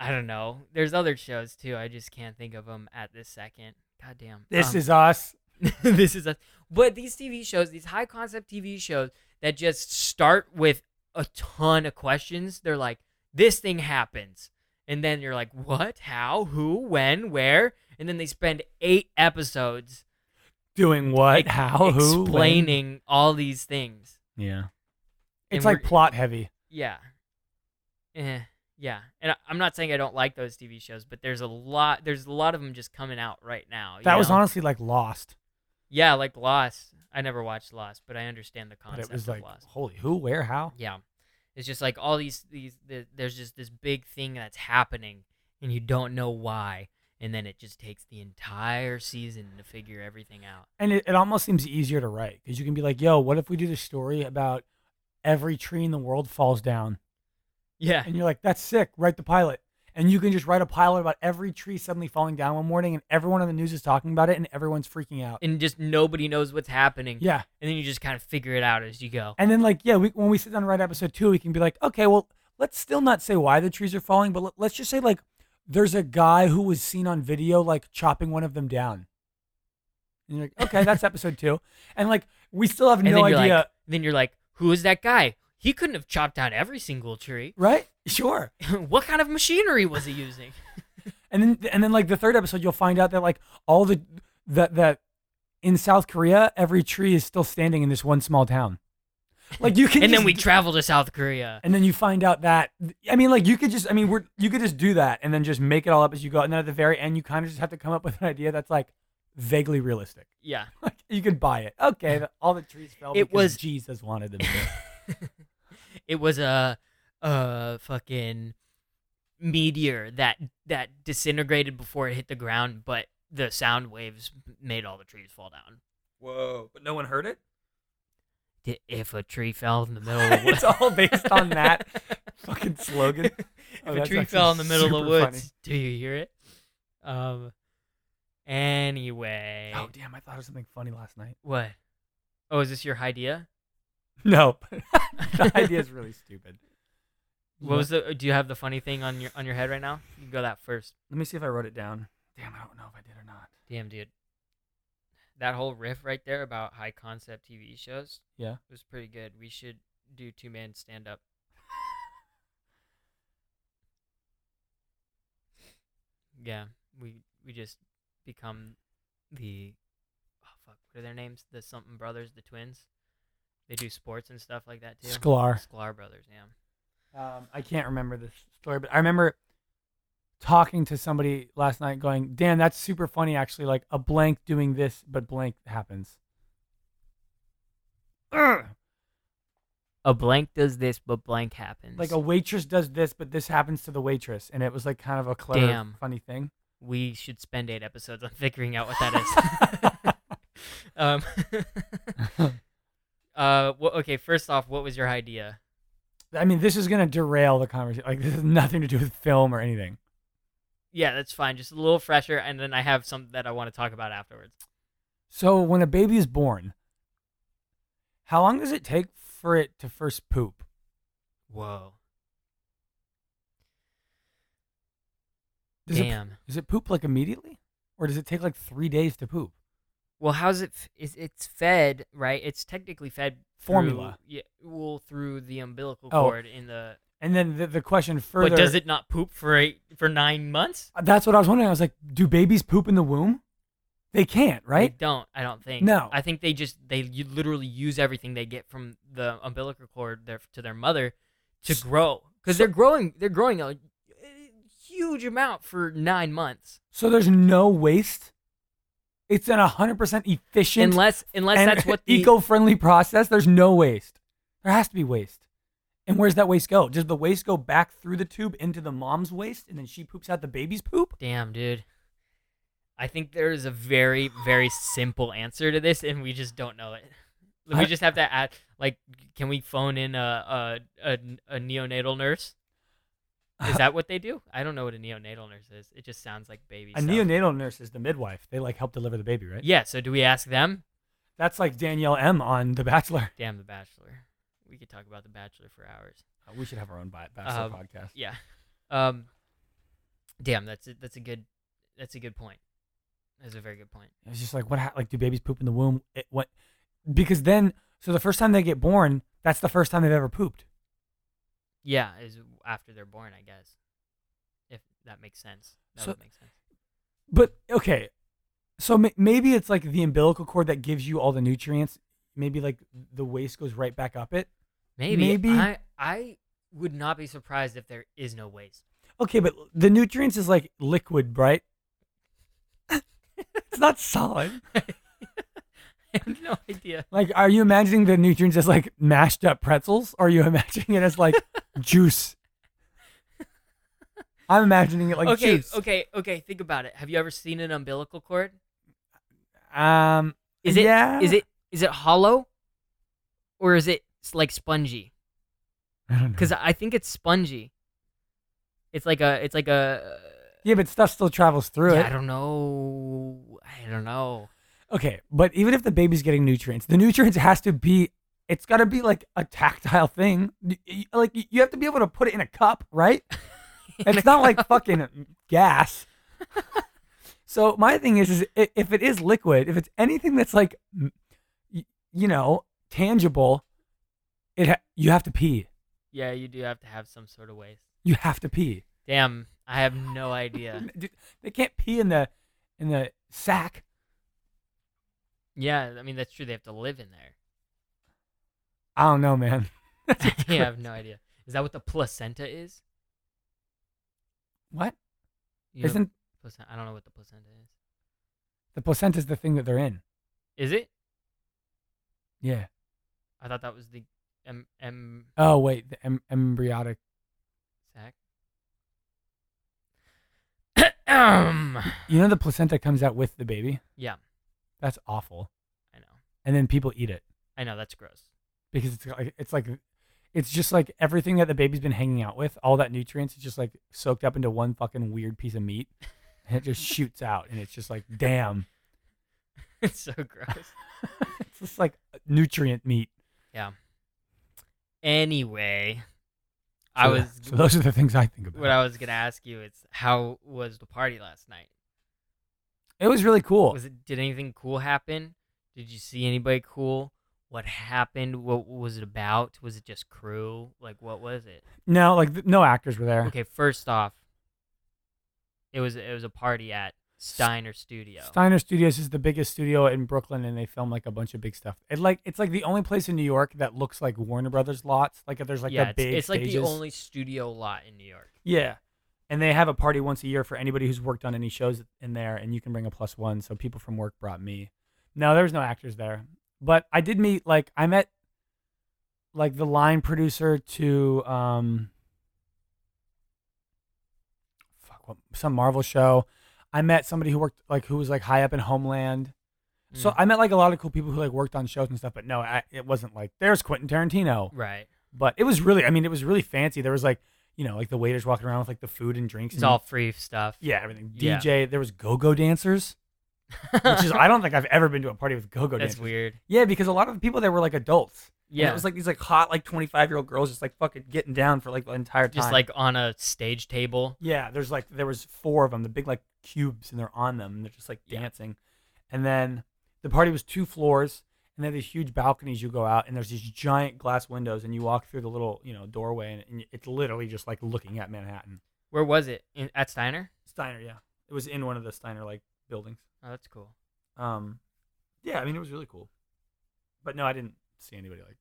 [SPEAKER 2] I don't know. There's other shows too. I just can't think of them at this second. God damn.
[SPEAKER 3] this
[SPEAKER 2] Um,
[SPEAKER 3] is us
[SPEAKER 2] [laughs] this is a. But these TV shows, these high concept TV shows that just start with a ton of questions. They're like, this thing happens, and then you're like, what, how, who, when, where, and then they spend eight episodes
[SPEAKER 3] doing what
[SPEAKER 2] ex-
[SPEAKER 3] how who when.
[SPEAKER 2] explaining all these things.
[SPEAKER 3] Yeah. It's
[SPEAKER 2] And
[SPEAKER 3] like
[SPEAKER 2] we're-
[SPEAKER 3] plot heavy.
[SPEAKER 2] Yeah. Eh, yeah. And I, I'm not saying I don't like those TV shows, but there's a lot there's a lot of them just coming out right now. you
[SPEAKER 3] That was
[SPEAKER 2] know?
[SPEAKER 3] honestly like Lost,
[SPEAKER 2] Yeah, like Lost. I never watched Lost, but I understand the
[SPEAKER 3] but
[SPEAKER 2] concept
[SPEAKER 3] it was
[SPEAKER 2] of
[SPEAKER 3] like
[SPEAKER 2] Lost.
[SPEAKER 3] holy who, where, how?
[SPEAKER 2] Yeah. It's just like all these these the, there's just this big thing that's happening and you don't know why and then it just takes the entire season to figure everything out.
[SPEAKER 3] And it, it almost seems easier to write because you can be like, yo, what if we do this story about every tree in the world
[SPEAKER 2] [laughs]
[SPEAKER 3] falls down?
[SPEAKER 2] Yeah.
[SPEAKER 3] And you're like, that's sick. Write the pilot. And you can just write a pilot about every tree suddenly falling down one morning, and everyone on the news is talking about it, and everyone's freaking out.
[SPEAKER 2] And just nobody knows what's happening.
[SPEAKER 3] Yeah.
[SPEAKER 2] And then you just kind of figure it out as you go.
[SPEAKER 3] And then like yeah, we, when we sit down to write episode two, we can be like, okay, well, let's still not say why the trees are falling, but let- let's just say like there's a guy who was seen on video like chopping one of them down. And you're
[SPEAKER 2] [laughs]
[SPEAKER 3] like, okay, that's episode two, and like we still have
[SPEAKER 2] and
[SPEAKER 3] no
[SPEAKER 2] then you're
[SPEAKER 3] idea,
[SPEAKER 2] Like, then you're like, who is that guy? He couldn't have chopped down every single tree. [laughs]
[SPEAKER 3] right? Sure.
[SPEAKER 2] what kind of machinery was he using?
[SPEAKER 3] And then and then like the third episode, you'll find out that like all the that that in South Korea, every tree is still standing in this one small town. Like you can
[SPEAKER 2] and then
[SPEAKER 3] just-
[SPEAKER 2] we travel to South Korea.
[SPEAKER 3] and then you find out that I mean, like you could just I mean, we're you could just do that and then just make it all up as you go, and then at the very end, you kind of just have to come up with an idea that's like vaguely realistic. [laughs]
[SPEAKER 2] Yeah.
[SPEAKER 3] Like you can buy it. Okay, the, all the trees fell.
[SPEAKER 2] It
[SPEAKER 3] because
[SPEAKER 2] was-
[SPEAKER 3] Jesus wanted them. [laughs] to.
[SPEAKER 2] [laughs] it was a a fucking meteor that that disintegrated before it hit the ground, but the sound waves made all the trees fall down.
[SPEAKER 3] Whoa! But no one heard it.
[SPEAKER 2] D- If a tree fell in the middle [laughs] of the woods,
[SPEAKER 3] [laughs] it's all based on
[SPEAKER 2] [laughs]
[SPEAKER 3] that fucking slogan.
[SPEAKER 2] if
[SPEAKER 3] Oh,
[SPEAKER 2] a
[SPEAKER 3] that's
[SPEAKER 2] tree
[SPEAKER 3] actually
[SPEAKER 2] fell in the middle of the
[SPEAKER 3] super
[SPEAKER 2] woods, do you hear it? Um. Anyway,
[SPEAKER 3] Oh damn! I thought of something funny last night. [laughs]
[SPEAKER 2] what? Oh, is this your idea?
[SPEAKER 3] No, [laughs] the idea is really stupid.
[SPEAKER 2] What was the? Do you have the funny thing on your on your head right now? You can go that first.
[SPEAKER 3] Let me see if I wrote it down. Damn, I don't know if I did or not.
[SPEAKER 2] Damn, dude. That whole riff right there about high concept TV shows.
[SPEAKER 3] Yeah.
[SPEAKER 2] Was pretty good. We should do two man stand up. yeah, we we just become the oh fuck, what are their names? The something brothers, the twins. They do sports and stuff like that too.
[SPEAKER 3] Sklar.
[SPEAKER 2] Sklar brothers, yeah.
[SPEAKER 3] Um, I can't remember this story, but I remember talking to somebody last night, going, "Dan, that's super funny. Actually, like a blank doing this, but blank happens." Ugh.
[SPEAKER 2] A blank does this, but blank happens.
[SPEAKER 3] Like a waitress does this, but this happens to the waitress, and it was like kind of a clever,
[SPEAKER 2] Damn.
[SPEAKER 3] funny thing.
[SPEAKER 2] we should spend eight episodes on figuring out what
[SPEAKER 3] [laughs]
[SPEAKER 2] that is. um, [laughs] uh, wha- okay, first off, what was your idea?
[SPEAKER 3] I mean, this is gonna derail the conversation. Like this has nothing to do with film or anything.
[SPEAKER 2] Yeah, that's fine. Just a little fresher, and then I have some that I want to talk about afterwards.
[SPEAKER 3] So when a baby is born, how long does it take for it to first poop?
[SPEAKER 2] Whoa.
[SPEAKER 3] Does it,
[SPEAKER 2] Damn.
[SPEAKER 3] Does it poop like immediately, or does it take like three days to poop?
[SPEAKER 2] Well, how's it? F- is it's fed right? It's technically fed through-
[SPEAKER 3] Formula.
[SPEAKER 2] yeah, well through the umbilical
[SPEAKER 3] Oh.
[SPEAKER 2] cord in the.
[SPEAKER 3] And then the, the question further. Uh,
[SPEAKER 2] But does it not poop for eight for nine months?
[SPEAKER 3] That's what I was wondering. I was like, do babies poop in the womb? They can't,
[SPEAKER 2] They
[SPEAKER 3] right?
[SPEAKER 2] don't. I don't think.
[SPEAKER 3] No.
[SPEAKER 2] I think they just they you literally use everything they get from the umbilical cord their, to their mother to
[SPEAKER 3] S-
[SPEAKER 2] grow because they're growing. They're growing a eh, huge amount for nine months,
[SPEAKER 3] So there's no waste. It's an 100% efficient,
[SPEAKER 2] unless unless
[SPEAKER 3] and
[SPEAKER 2] that's
[SPEAKER 3] [laughs]
[SPEAKER 2] what the
[SPEAKER 3] eco-friendly process. There's no waste. There has to be waste. And where's that waste go? Does the waste go back through the tube into the mom's waste, and then she poops out the baby's poop?
[SPEAKER 2] damn dude. I think there is a very very simple answer to this, and we just don't know it. We
[SPEAKER 3] I-
[SPEAKER 2] just have to add like, can we phone in a a, a, a neonatal
[SPEAKER 3] [sighs]
[SPEAKER 2] nurse? Is that what they do? I don't know what a neonatal nurse is. It just sounds like baby.
[SPEAKER 3] A
[SPEAKER 2] stuff.
[SPEAKER 3] neonatal nurse is the midwife. They like help deliver the baby, right?
[SPEAKER 2] Yeah, so do we ask them?
[SPEAKER 3] That's like Danielle M on The Bachelor.
[SPEAKER 2] Damn the Bachelor. We could talk about the Bachelor for hours.
[SPEAKER 3] Uh, We should have our own Bachelor
[SPEAKER 2] Um,
[SPEAKER 3] podcast.
[SPEAKER 2] Yeah. Um Damn, that's a, that's a good that's a good point. That's a very good point.
[SPEAKER 3] It's just like what hap- like do babies poop in the womb? It, what because then so the first time they get born, that's the first time they've ever pooped.
[SPEAKER 2] Yeah, is after they're born, I guess. If that makes sense. That
[SPEAKER 3] So-
[SPEAKER 2] would make sense.
[SPEAKER 3] But okay, so ma- maybe it's like the umbilical cord that gives you all the nutrients. Maybe like the waste goes right back up it.
[SPEAKER 2] Maybe,
[SPEAKER 3] maybe-
[SPEAKER 2] I I would not be surprised if there is no waste. [laughs]
[SPEAKER 3] Okay, but the nutrients is like liquid, right? [laughs] it's not solid.
[SPEAKER 2] I have no idea.
[SPEAKER 3] Like, are you imagining the nutrients as like mashed up pretzels? Or are you [laughs] imagining it as like juice? I'm imagining it like
[SPEAKER 2] okay,
[SPEAKER 3] juice.
[SPEAKER 2] okay, okay, think about it. Have you ever seen an umbilical cord?
[SPEAKER 3] Um,
[SPEAKER 2] Is it is
[SPEAKER 3] Yeah.
[SPEAKER 2] it is it hollow? Or is it s- like spongy?
[SPEAKER 3] I don't know.
[SPEAKER 2] because I think it's spongy. It's like a, it's like a. uh,
[SPEAKER 3] Yeah, but stuff still travels through
[SPEAKER 2] Yeah, I
[SPEAKER 3] it.
[SPEAKER 2] don't know. I don't know.
[SPEAKER 3] Okay, but even if the baby's getting nutrients, the nutrients has to be. It's got to be like a tactile thing. Y- y- Like y- you have to be able to put it in a cup, right? it's not like fucking gas. so my thing is, is i- if it is liquid, if it's anything that's like, m- y- you know, tangible, it ha- you have to pee.
[SPEAKER 2] Yeah, you do have to have some sort of waste.
[SPEAKER 3] You have to pee.
[SPEAKER 2] Damn, I have no idea.
[SPEAKER 3] [laughs] Dude, They can't pee in the in the sack. [laughs]
[SPEAKER 2] yeah, I mean that's true. They have to live in there.
[SPEAKER 3] I don't know, man. [laughs]
[SPEAKER 2] [laughs] yeah, I have no idea. Is that what the placenta is?
[SPEAKER 3] What?
[SPEAKER 2] You know,
[SPEAKER 3] not
[SPEAKER 2] placenta? I don't know what the placenta is.
[SPEAKER 3] the placenta's the thing that they're in?
[SPEAKER 2] Is it?
[SPEAKER 3] Yeah.
[SPEAKER 2] I thought that was the M M
[SPEAKER 3] Oh wait, the em- embryotic.
[SPEAKER 2] sac. [coughs] um,
[SPEAKER 3] You know the placenta comes out with the baby.
[SPEAKER 2] yeah,
[SPEAKER 3] That's awful.
[SPEAKER 2] I know.
[SPEAKER 3] And then people eat it
[SPEAKER 2] I know that's gross. [laughs]
[SPEAKER 3] because it's like it's like it's just like everything that the baby's been hanging out with, all that nutrients is just like soaked up into one fucking weird piece of meat. And it just shoots out and it's just like
[SPEAKER 2] [laughs]
[SPEAKER 3] damn.
[SPEAKER 2] it's so gross.
[SPEAKER 3] it's just like uh, nutrient meat.
[SPEAKER 2] Anyway, I
[SPEAKER 3] So-
[SPEAKER 2] was
[SPEAKER 3] [laughs] so those are the things I think about.
[SPEAKER 2] what I was gonna ask you is how was the party last night?
[SPEAKER 3] it was really cool.
[SPEAKER 2] Was it did anything cool happen? Did you see anybody cool? What happened? What was it about? Was it just crew? Like what was it?
[SPEAKER 3] no, like th- no actors were there.
[SPEAKER 2] Okay, first off, it was it was a party at Steiner Studio.
[SPEAKER 3] Steiner Studios is the biggest studio in Brooklyn, and they film like a bunch of big stuff. It like it's like the only place in New York that looks like Warner Brothers lots. Like there's like
[SPEAKER 2] yeah,
[SPEAKER 3] the
[SPEAKER 2] it's,
[SPEAKER 3] big.
[SPEAKER 2] it's like the
[SPEAKER 3] stages.
[SPEAKER 2] only studio lot in New York.
[SPEAKER 3] Yeah, and they have a party once a year for anybody who's worked on any shows in there, and you can bring a plus one. So people from work brought me. No, there was no actors there, but I did meet like I met like the line producer to um fuck what some Marvel show. I met somebody who worked like who was like high up in Homeland. So
[SPEAKER 2] Mm.
[SPEAKER 3] I met like a lot of cool people who like worked on shows and stuff, but no, I, it wasn't like there's Quentin Tarantino.
[SPEAKER 2] right,
[SPEAKER 3] But it was really, I mean, it was really fancy. There was like, you know, like the waiters walking around with like the food and drinks.
[SPEAKER 2] it's
[SPEAKER 3] and,
[SPEAKER 2] all free stuff. [laughs]
[SPEAKER 3] yeah, everything.
[SPEAKER 2] Yeah.
[SPEAKER 3] DJ. There was go-go dancers, which
[SPEAKER 2] [laughs]
[SPEAKER 3] is I don't think I've ever been to a party with go-go
[SPEAKER 2] that's
[SPEAKER 3] dancers.
[SPEAKER 2] weird.
[SPEAKER 3] Yeah, because a lot of the people there were like adults. And
[SPEAKER 2] Yeah,
[SPEAKER 3] it was like these like hot like 25 year old girls just like fucking getting down for like the entire time.
[SPEAKER 2] just like on a stage table.
[SPEAKER 3] Yeah, there's like there was four of them, the big like cubes, and they're on them. And they're just like
[SPEAKER 2] Yeah.
[SPEAKER 3] dancing, and then the party was two floors, and they had these huge balconies. You go out, and there's these giant glass windows, and you walk through the little you know doorway, and, and it's literally just like looking at Manhattan.
[SPEAKER 2] Where was it? In, at Steiner?
[SPEAKER 3] Steiner, yeah, it was in one of the Steiner like buildings.
[SPEAKER 2] Oh, that's cool.
[SPEAKER 3] Um, yeah, I mean it was really cool, but no, I didn't see anybody like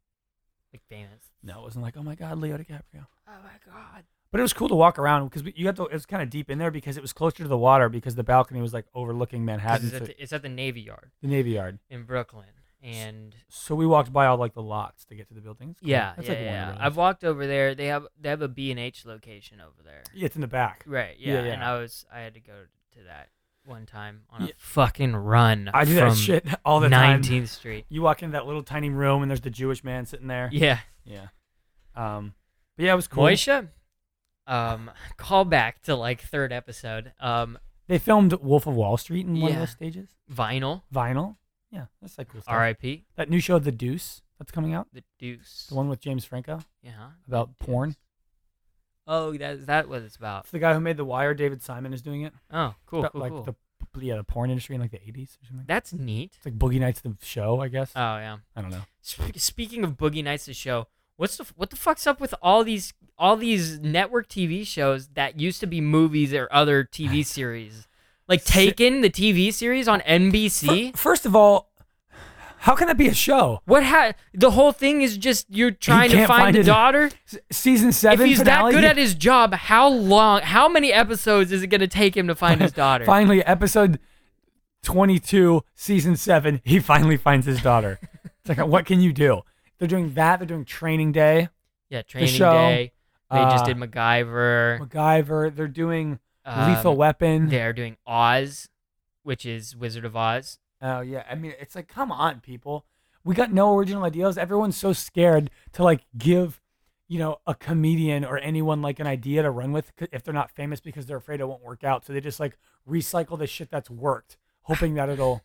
[SPEAKER 2] Like famous.
[SPEAKER 3] no, it wasn't like oh my god, Leo DiCaprio.
[SPEAKER 2] Oh my god. to
[SPEAKER 3] But it was cool to walk around because you had to. It was kind of deep in there because it was closer to the water because the balcony was like overlooking Manhattan.
[SPEAKER 2] It's
[SPEAKER 3] so-
[SPEAKER 2] at, the, it's at the Navy Yard
[SPEAKER 3] the Navy Yard.
[SPEAKER 2] in Brooklyn, and
[SPEAKER 3] So we walked by all like the lots to get to the buildings. Cool.
[SPEAKER 2] yeah,
[SPEAKER 3] That's
[SPEAKER 2] yeah,
[SPEAKER 3] like Warner
[SPEAKER 2] yeah.
[SPEAKER 3] Brothers.
[SPEAKER 2] I've walked over there. They have they have a B and H location over there.
[SPEAKER 3] yeah, it's in the back.
[SPEAKER 2] Right. Yeah.
[SPEAKER 3] Yeah,
[SPEAKER 2] And
[SPEAKER 3] yeah.
[SPEAKER 2] I was I had to go to that one time on a
[SPEAKER 3] Yeah.
[SPEAKER 2] fucking run.
[SPEAKER 3] I do that
[SPEAKER 2] from
[SPEAKER 3] shit [laughs] all the time.
[SPEAKER 2] 19th Street.
[SPEAKER 3] You walk into that little tiny room and there's the Jewish man sitting there.
[SPEAKER 2] Yeah.
[SPEAKER 3] Yeah. Um, but yeah, it was cool.
[SPEAKER 2] Moisha. Um, call back to like third episode. Um,
[SPEAKER 3] They filmed Wolf of Wall Street in one
[SPEAKER 2] Yeah.
[SPEAKER 3] of those stages.
[SPEAKER 2] vinyl.
[SPEAKER 3] Vinyl. Yeah, that's like cool stuff.
[SPEAKER 2] R.I.P.
[SPEAKER 3] That new show, The Deuce, that's coming out.
[SPEAKER 2] The Deuce.
[SPEAKER 3] The one with James Franco
[SPEAKER 2] Yeah.
[SPEAKER 3] about porn.
[SPEAKER 2] Oh, that is that what it's about?
[SPEAKER 3] It's the guy who made The Wire. David Simon is doing it.
[SPEAKER 2] Oh, cool,
[SPEAKER 3] About,
[SPEAKER 2] cool,
[SPEAKER 3] like
[SPEAKER 2] cool.
[SPEAKER 3] the yeah the porn industry in like the 80s or something.
[SPEAKER 2] That's neat.
[SPEAKER 3] It's like Boogie Nights the show, I guess.
[SPEAKER 2] Oh yeah.
[SPEAKER 3] I don't know.
[SPEAKER 2] Sp- speaking of Boogie Nights, the show. What's the f- what the fuck's up with all these all these network TV shows that used to be movies or other
[SPEAKER 3] [sighs]
[SPEAKER 2] TV series? Like
[SPEAKER 3] Si-
[SPEAKER 2] Taken, the TV series on NBC.
[SPEAKER 3] Fir- First of all, how can that be a show?
[SPEAKER 2] What ha- the whole thing is just you're trying to
[SPEAKER 3] can't
[SPEAKER 2] find,
[SPEAKER 3] find
[SPEAKER 2] the
[SPEAKER 3] it.
[SPEAKER 2] daughter.
[SPEAKER 3] S- season seven.
[SPEAKER 2] if he's
[SPEAKER 3] finale,
[SPEAKER 2] that good at his job, how long, how many episodes is it gonna take him to find
[SPEAKER 3] [laughs]
[SPEAKER 2] his daughter?
[SPEAKER 3] Finally, episode twenty-two, season seven. He finally finds his daughter. it's like, what can you do? They're doing that. They're doing Training Day,
[SPEAKER 2] yeah, Training
[SPEAKER 3] show,
[SPEAKER 2] Day. They just
[SPEAKER 3] uh,
[SPEAKER 2] did MacGyver.
[SPEAKER 3] MacGyver. They're doing
[SPEAKER 2] um,
[SPEAKER 3] Lethal Weapon.
[SPEAKER 2] They're doing Oz, which is Wizard of Oz.
[SPEAKER 3] Oh yeah, I mean, it's like, come on, people. We got no original ideas. Everyone's so scared to like give, you know, a comedian or anyone like an idea to run with c- if they're not famous because they're afraid it won't work out. So they just like recycle the shit that's worked, hoping that it'll,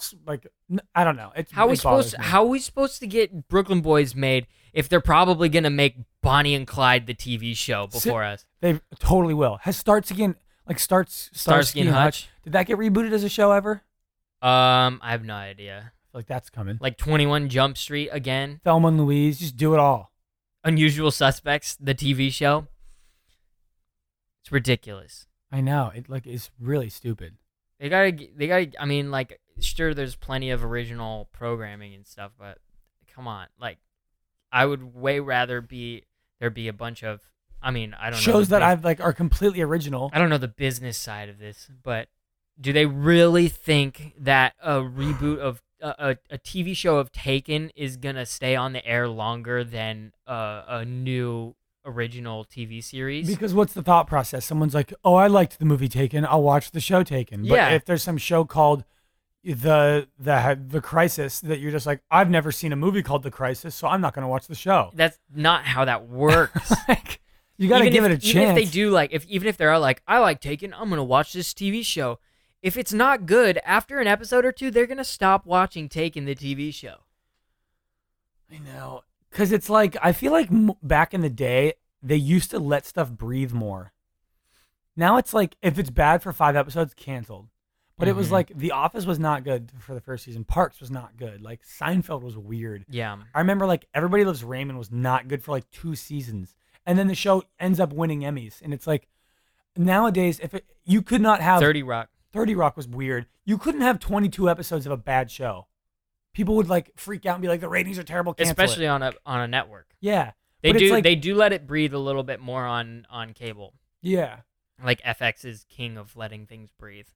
[SPEAKER 3] s- like, n- I don't know. It's
[SPEAKER 2] How are we
[SPEAKER 3] it bothers
[SPEAKER 2] supposed
[SPEAKER 3] me.
[SPEAKER 2] how are we supposed to get Brooklyn Boys made if they're probably gonna make Bonnie and Clyde the TV show
[SPEAKER 3] Si-
[SPEAKER 2] before us?
[SPEAKER 3] they totally will. Has starts again like starts
[SPEAKER 2] Starsky and Hutch.
[SPEAKER 3] Did that get rebooted as a show ever?
[SPEAKER 2] Um, I have no idea.
[SPEAKER 3] Like that's coming.
[SPEAKER 2] Like Twenty One Jump Street again,
[SPEAKER 3] Thelma and Louise, just do it all.
[SPEAKER 2] Unusual Suspects, the TV show. It's ridiculous.
[SPEAKER 3] I know it like is really stupid.
[SPEAKER 2] They gotta g- they gotta. I mean, like sure, there's plenty of original programming and stuff, but come on, like I would way rather be there be a bunch of. I mean, I don't know
[SPEAKER 3] shows
[SPEAKER 2] the
[SPEAKER 3] that
[SPEAKER 2] bus-
[SPEAKER 3] I've like are completely original.
[SPEAKER 2] I don't know the business side of this, but do they really think that a reboot of a, a, a TV show of Taken is gonna stay on the air longer than a, a new original TV series?
[SPEAKER 3] Because what's the thought process? Someone's like, "Oh, I liked the movie Taken. I'll watch the show Taken." But
[SPEAKER 2] Yeah.
[SPEAKER 3] if there's some show called the the the Crisis that you're just like, "I've never seen a movie called The Crisis, so I'm not going to watch the show."
[SPEAKER 2] That's not how that works.
[SPEAKER 3] like, [laughs] you got to
[SPEAKER 2] Even
[SPEAKER 3] give
[SPEAKER 2] if-
[SPEAKER 3] it a chance.
[SPEAKER 2] Even if they do like, if even if they're like, I like Taken, I'm gonna watch this TV show. If it's not good after an episode or two, they're gonna stop watching Taken the TV show.
[SPEAKER 3] I know, because it's like I feel like m- back in the day they used to let stuff breathe more. Now it's like if it's bad for five episodes, canceled. But it was
[SPEAKER 2] Mhm.
[SPEAKER 3] like The Office was not good for the first season. Parks was not good. Like Seinfeld was weird.
[SPEAKER 2] Yeah,
[SPEAKER 3] I remember like Everybody Loves Raymond was not good for like two seasons, and then the show ends up winning Emmys, and it's like nowadays if it, you could not have
[SPEAKER 2] Thirty Rock.
[SPEAKER 3] 30 Rock was weird. You couldn't have 22 episodes of a bad show. People would like freak out and be like, the ratings are terrible. Cancel it."
[SPEAKER 2] especially on a on a network.
[SPEAKER 3] yeah,
[SPEAKER 2] They
[SPEAKER 3] But it's
[SPEAKER 2] do
[SPEAKER 3] like-
[SPEAKER 2] they do let it breathe a little bit more on on cable.
[SPEAKER 3] yeah,
[SPEAKER 2] Like FX is king of letting things breathe.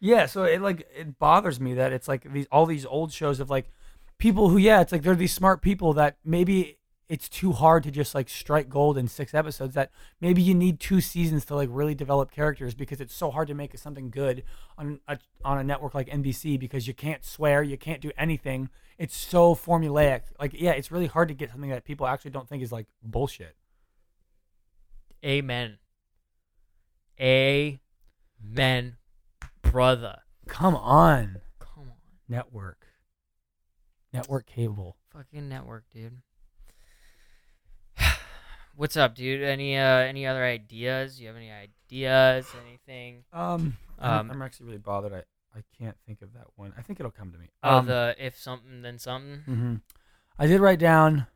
[SPEAKER 3] yeah. So it like it bothers me that it's like these all these old shows of like people who yeah, it's like they're these smart people that maybe it's too hard to just like strike gold in six episodes. That maybe you need two seasons to like really develop characters because it's so hard to make something good on a on a network like NBC because you can't swear, you can't do anything. It's so formulaic. Like yeah, it's really hard to get something that people actually don't think is like bullshit.
[SPEAKER 2] Amen. Amen, brother.
[SPEAKER 3] Come on,
[SPEAKER 2] Come on.
[SPEAKER 3] network, network cable.
[SPEAKER 2] Fucking network, dude. [sighs] What's up, dude? Any uh any other ideas? You have any ideas? Anything?
[SPEAKER 3] Um,
[SPEAKER 2] Um,
[SPEAKER 3] I'm, I'm actually really bothered. I, I can't think of that one. I think it'll come to me.
[SPEAKER 2] Oh,
[SPEAKER 3] Um,
[SPEAKER 2] the if something then something.
[SPEAKER 3] mhm. I did write down.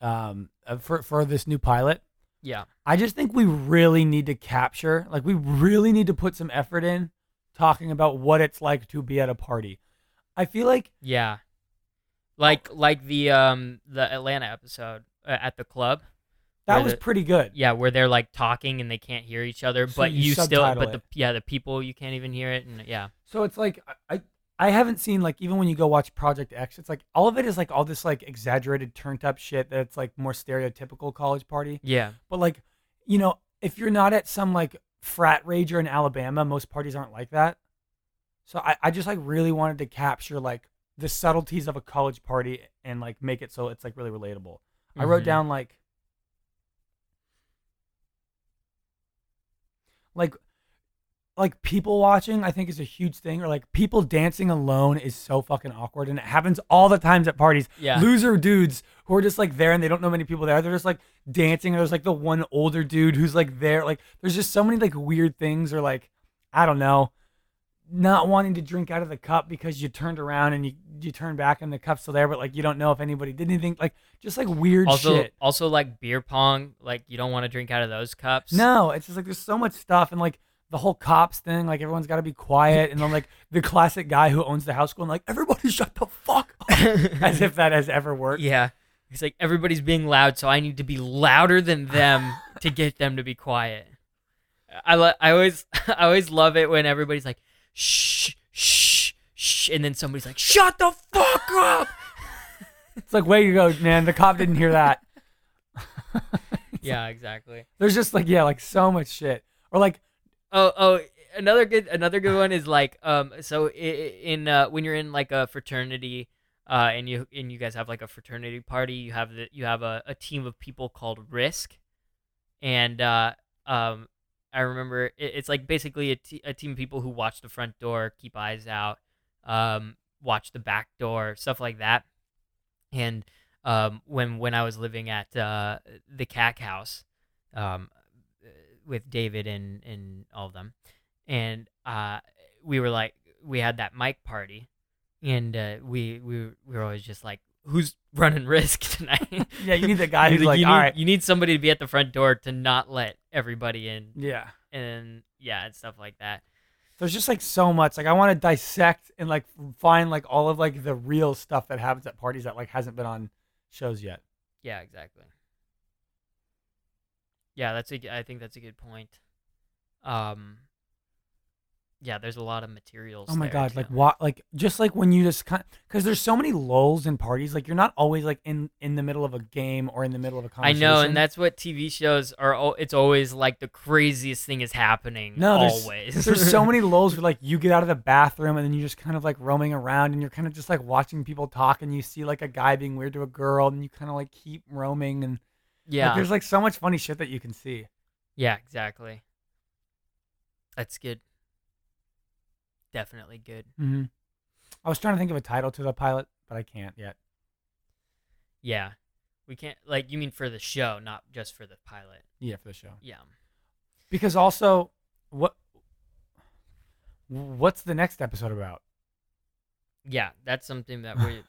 [SPEAKER 3] Um, uh, for for this new pilot,
[SPEAKER 2] Yeah.
[SPEAKER 3] I just think we really need to capture, like, we really need to put some effort in talking about what it's like to be at a party. I feel like
[SPEAKER 2] Yeah. Like like the um the Atlanta episode uh, at the club.
[SPEAKER 3] that
[SPEAKER 2] Where
[SPEAKER 3] was
[SPEAKER 2] the-
[SPEAKER 3] pretty good.
[SPEAKER 2] Yeah, where they're like talking and they can't hear each
[SPEAKER 3] [laughs]
[SPEAKER 2] other,
[SPEAKER 3] So
[SPEAKER 2] but
[SPEAKER 3] you
[SPEAKER 2] you, still,
[SPEAKER 3] subtitle
[SPEAKER 2] but
[SPEAKER 3] it.
[SPEAKER 2] the yeah, the people you can't even hear it, and yeah,
[SPEAKER 3] So it's like I, I I haven't seen like even when you go watch Project X, it's like all of it is like all this like exaggerated turned up shit that's like more stereotypical college party.
[SPEAKER 2] yeah,
[SPEAKER 3] But like, you know, if you're not at some like frat rager in Alabama, most parties aren't like that. So I, I just like really wanted to capture like the subtleties of a college party and like make it so it's like really relatable. I wrote
[SPEAKER 2] Mhm.
[SPEAKER 3] down like like like people watching I think is a huge thing or like people dancing alone is so fucking awkward and it happens all the times at parties.
[SPEAKER 2] Yeah.
[SPEAKER 3] Loser dudes who are just like there and they don't know many people there. They're just like dancing or there's like the one older dude who's like there like there's just so many like weird things or like I don't know not wanting to drink out of the cup because you turned around and you you turn back and the cup's still there, but like you don't know if anybody did anything. Like just like weird
[SPEAKER 2] also
[SPEAKER 3] shit.
[SPEAKER 2] also like beer pong, like you don't want to drink out of those cups.
[SPEAKER 3] No, it's just like there's so much stuff and like the whole cops thing. Like everyone's got to be quiet and then like the classic guy who owns the house school and like everybody shut the fuck up [laughs] as if that has ever worked.
[SPEAKER 2] [laughs] yeah, it's like everybody's being loud, so I need to be louder than them
[SPEAKER 3] [laughs]
[SPEAKER 2] to get them to be quiet. I lo- I always [laughs] I always love it when everybody's like shh shh shh, and then somebody's like shut the fuck up.
[SPEAKER 3] It's like way to go, man. The cop didn't hear that.
[SPEAKER 2] yeah, exactly.
[SPEAKER 3] There's just like yeah, like so much shit. Or like
[SPEAKER 2] Oh, oh, another good, another good one is like, um, so i- i- in uh, when you're in like a fraternity, uh, and you and you guys have like a fraternity party, you have the you have a, a team of people called Risk, and uh, um, I remember it, it's like basically a, t- a team of people who watch the front door, keep eyes out, um, watch the back door, stuff like that, and um, when when I was living at uh, the CAC house, um, with David and and all of them, and uh, we were like we had that mic party, and uh, we we were- we were always just like, who's running [laughs] risk tonight?
[SPEAKER 3] yeah, you need the guy
[SPEAKER 2] He's
[SPEAKER 3] who's like,
[SPEAKER 2] you
[SPEAKER 3] all
[SPEAKER 2] need,
[SPEAKER 3] right,
[SPEAKER 2] you need somebody to be at the front door to not let everybody in,
[SPEAKER 3] yeah.
[SPEAKER 2] and yeah, and stuff like that.
[SPEAKER 3] There's just like so much. Like I want to dissect and like find like all of like the real stuff that happens at parties that like hasn't been on shows yet.
[SPEAKER 2] Yeah, exactly. Yeah, that's a g- I think that's a good point. Um Yeah, there's a lot of materials.
[SPEAKER 3] Oh my
[SPEAKER 2] there,
[SPEAKER 3] god!
[SPEAKER 2] too.
[SPEAKER 3] Like what? Like just like when you just kind because there's so many lulls in parties. Like you're not always like in in the middle of a game or in the middle of
[SPEAKER 2] I
[SPEAKER 3] a conversation.
[SPEAKER 2] know, and that's what TV shows are. al- It's always like the craziest thing is happening.
[SPEAKER 3] No, there's-
[SPEAKER 2] always.
[SPEAKER 3] [laughs]
[SPEAKER 2] [laughs]
[SPEAKER 3] There's so many lulls where like you get out of the bathroom and then you're just kind of like roaming around and you're kind of just like watching people talk and you see like a guy being weird to a girl and you kind of like keep roaming and like,
[SPEAKER 2] yeah,
[SPEAKER 3] there's like so much funny shit that you can see.
[SPEAKER 2] yeah, exactly. That's good. Definitely good.
[SPEAKER 3] Mm-hmm. I was trying to think of a title to the pilot, but I can't yet.
[SPEAKER 2] Yeah, we can't like you mean for the show, not just for the pilot.
[SPEAKER 3] Yeah, for the show.
[SPEAKER 2] Yeah,
[SPEAKER 3] Because also, what what's the next episode about?
[SPEAKER 2] yeah, that's something
[SPEAKER 3] [sighs]
[SPEAKER 2] that we.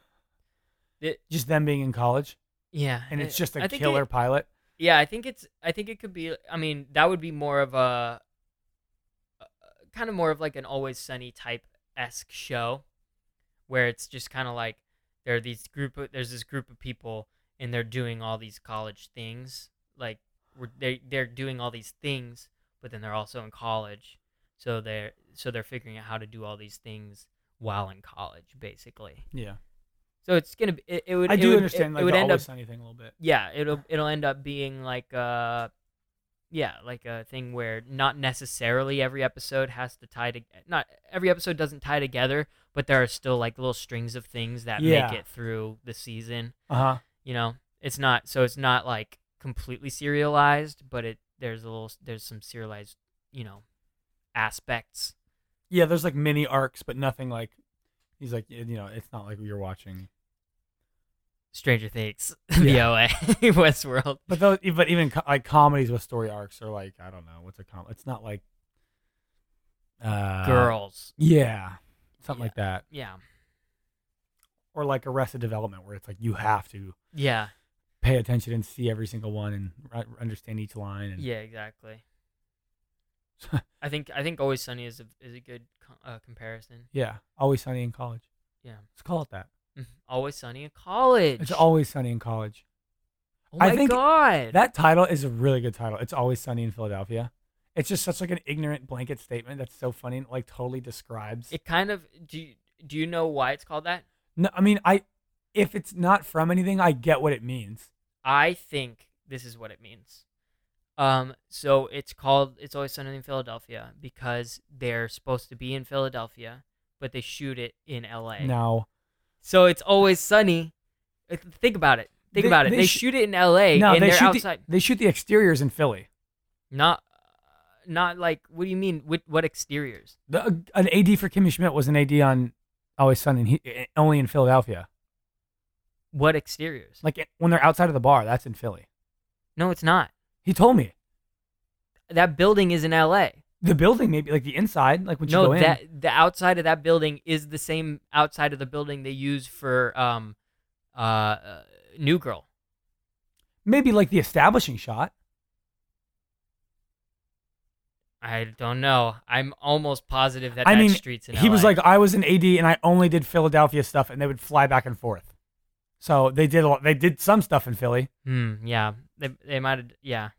[SPEAKER 2] It,
[SPEAKER 3] Just them being in college,
[SPEAKER 2] yeah,
[SPEAKER 3] and it's just a
[SPEAKER 2] a
[SPEAKER 3] killer pilot.
[SPEAKER 2] Yeah, I think it's. I think it could be. I mean, that would be more of a, a- kind of more of like an Always Sunny type esque show, where it's just kind of like there are these group. Of, there's this group of people, and they're doing all these college things. Like we're, they they're doing all these things, but then they're also in college, so they're so they're figuring out how to do all these things while in college, basically.
[SPEAKER 3] Yeah,
[SPEAKER 2] So it's gonna be. It, it would.
[SPEAKER 3] I
[SPEAKER 2] it
[SPEAKER 3] do
[SPEAKER 2] would- It,
[SPEAKER 3] understand. like
[SPEAKER 2] it would
[SPEAKER 3] the
[SPEAKER 2] end up
[SPEAKER 3] always sunny thing a little bit.
[SPEAKER 2] yeah it'll it'll end up being like uh yeah like a thing where not necessarily every episode has to tie to not every episode doesn't tie together but there are still like little strings of things that
[SPEAKER 3] Yeah.
[SPEAKER 2] make it through the season
[SPEAKER 3] Uh huh.
[SPEAKER 2] you know it's not so it's not like completely serialized but it there's a little there's some serialized you know aspects
[SPEAKER 3] Yeah, there's like mini arcs, but nothing like he's like you know it's not like you're watching.
[SPEAKER 2] stranger things [laughs] the
[SPEAKER 3] Yeah.
[SPEAKER 2] oa westworld
[SPEAKER 3] But those, but even co- like comedies with story arcs are like I don't know what's a com. It's not like uh,
[SPEAKER 2] girls
[SPEAKER 3] Yeah, something
[SPEAKER 2] Yeah.
[SPEAKER 3] like that,
[SPEAKER 2] yeah
[SPEAKER 3] or like Arrested Development, where it's like you have to
[SPEAKER 2] yeah
[SPEAKER 3] pay attention and see every single one and r- understand each line. And
[SPEAKER 2] Yeah,
[SPEAKER 3] [laughs]
[SPEAKER 2] exactly. I think I think Always Sunny is a is a good co- uh, comparison.
[SPEAKER 3] yeah, always sunny in college.
[SPEAKER 2] Yeah, [laughs]
[SPEAKER 3] Let's call it that.
[SPEAKER 2] Mhm. Always Sunny in college.
[SPEAKER 3] It's always sunny in college.
[SPEAKER 2] oh
[SPEAKER 3] I
[SPEAKER 2] my
[SPEAKER 3] think
[SPEAKER 2] god.
[SPEAKER 3] That title is a really good title. It's always sunny in Philadelphia. It's just such like an ignorant blanket statement that's so funny and like totally describes.
[SPEAKER 2] it kind of do. You, do you know why it's called that?
[SPEAKER 3] No, I mean, I if it's not from anything, I get what it means.
[SPEAKER 2] I think this is what it means. Um, so it's called It's Always Sunny in Philadelphia because they're supposed to be in Philadelphia, but they shoot it in L.A.
[SPEAKER 3] No,
[SPEAKER 2] So it's Always Sunny. Uh, Think about it. Think
[SPEAKER 3] They-
[SPEAKER 2] about it.
[SPEAKER 3] they
[SPEAKER 2] They,
[SPEAKER 3] sh-
[SPEAKER 2] shoot it in L.A.
[SPEAKER 3] no,
[SPEAKER 2] and
[SPEAKER 3] they
[SPEAKER 2] are
[SPEAKER 3] shoot
[SPEAKER 2] outside.
[SPEAKER 3] the they shoot the exteriors in Philly.
[SPEAKER 2] Not, not like. What do you mean? With what exteriors?
[SPEAKER 3] The, uh, an AD for Kimmy Schmidt was an AD on Always Sunny, in, he, eh, only in Philadelphia.
[SPEAKER 2] What exteriors?
[SPEAKER 3] Like eh, when they're outside of the bar, that's in Philly.
[SPEAKER 2] No, it's not.
[SPEAKER 3] He told me
[SPEAKER 2] That building is in L.A.
[SPEAKER 3] the building, maybe like the inside, like when you go
[SPEAKER 2] no,
[SPEAKER 3] in.
[SPEAKER 2] that the outside of that building is the same outside of the building they use for um, uh, uh, New Girl.
[SPEAKER 3] maybe like the establishing shot.
[SPEAKER 2] I don't know. I'm almost positive that
[SPEAKER 3] I
[SPEAKER 2] that
[SPEAKER 3] mean,
[SPEAKER 2] street's in.
[SPEAKER 3] he was
[SPEAKER 2] LA.
[SPEAKER 3] like, uh, I was an AD and I only did Philadelphia stuff, and they would fly back and forth. So they did a lot, they did some stuff in Philly.
[SPEAKER 2] Hmm. Yeah. They they might have. Yeah.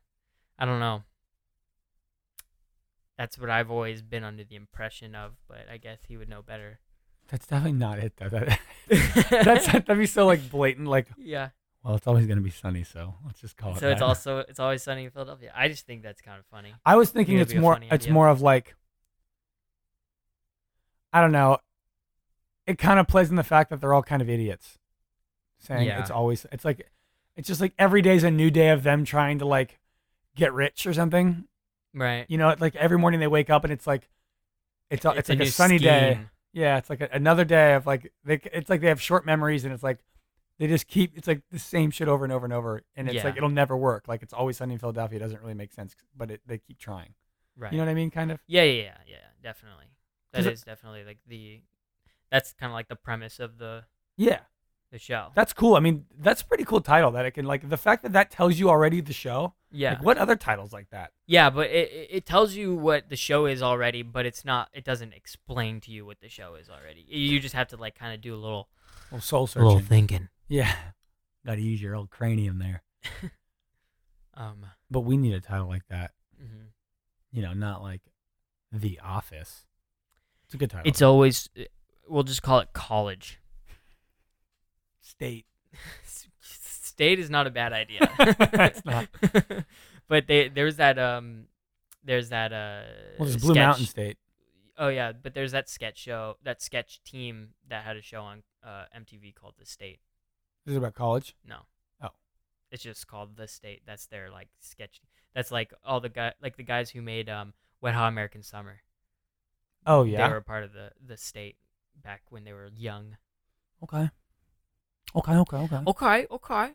[SPEAKER 2] I don't know. That's what I've always been under the impression of, but I guess he would know better.
[SPEAKER 3] That's definitely not it though. That, [laughs]
[SPEAKER 2] [laughs]
[SPEAKER 3] that's that'd be so like blatant. Like,
[SPEAKER 2] yeah.
[SPEAKER 3] well, it's always gonna be sunny, so let's just call it.
[SPEAKER 2] So it's
[SPEAKER 3] that.
[SPEAKER 2] also it's always sunny in Philadelphia. I just think that's kind of funny.
[SPEAKER 3] I was thinking
[SPEAKER 2] It'd
[SPEAKER 3] it's
[SPEAKER 2] be a
[SPEAKER 3] more.
[SPEAKER 2] funny
[SPEAKER 3] It's
[SPEAKER 2] idea.
[SPEAKER 3] more of like. I don't know. It kind of plays in the fact that they're all kind of idiots, saying
[SPEAKER 2] Yeah.
[SPEAKER 3] it's always. It's like, it's just like every day's a new day of them trying to like get rich or something.
[SPEAKER 2] Right.
[SPEAKER 3] You know, it's like every morning they wake up and it's like, it's a, it's, like a,
[SPEAKER 2] new
[SPEAKER 3] sunny day.
[SPEAKER 2] scheme.
[SPEAKER 3] Yeah, it's like a, another day of like they. It's like they have short memories and it's like they just keep. It's like the same shit over and over and over, and it's
[SPEAKER 2] Yeah.
[SPEAKER 3] like it'll never work. Like it's always sunny in Philadelphia. It doesn't really make sense, but it, they keep trying.
[SPEAKER 2] Right.
[SPEAKER 3] You know what I mean? Kind of.
[SPEAKER 2] yeah, yeah, yeah, yeah, definitely. That
[SPEAKER 3] 'Cause it-
[SPEAKER 2] is definitely like the that's kind of like the premise of the
[SPEAKER 3] Yeah.
[SPEAKER 2] the show.
[SPEAKER 3] That's cool. I mean, that's a pretty cool title that it can like the fact that that tells you already the show.
[SPEAKER 2] yeah.
[SPEAKER 3] Like, what other titles like that?
[SPEAKER 2] Yeah, but it, it it tells you what the show is already, but it's not. It doesn't explain to you what the show is already. You just have to like kind of do a little
[SPEAKER 3] Well, soul searching.
[SPEAKER 2] little thinking.
[SPEAKER 3] Yeah. [laughs] Got to use your old cranium there.
[SPEAKER 2] Um,
[SPEAKER 3] But we need a title like that.
[SPEAKER 2] mhm.
[SPEAKER 3] You know, not like The Office. It's a good title.
[SPEAKER 2] it's always we'll just call it college.
[SPEAKER 3] state.
[SPEAKER 2] [laughs] State is not a bad idea.
[SPEAKER 3] [laughs] It's not.
[SPEAKER 2] [laughs] but they, there's that um, there's that uh.
[SPEAKER 3] Well, there's Blue
[SPEAKER 2] sketch-
[SPEAKER 3] Mountain State.
[SPEAKER 2] Oh yeah, but there's that sketch show, that sketch team that had a show on uh, MTV called The State.
[SPEAKER 3] This is about college.
[SPEAKER 2] No.
[SPEAKER 3] Oh.
[SPEAKER 2] It's just called The State. That's their like sketch. That's like all the guy like the guys who made um Wet Hot American Summer.
[SPEAKER 3] Oh yeah.
[SPEAKER 2] They were a part of the the state back when they were young.
[SPEAKER 3] Okay. Okay. Okay. Okay.
[SPEAKER 2] Okay, okay.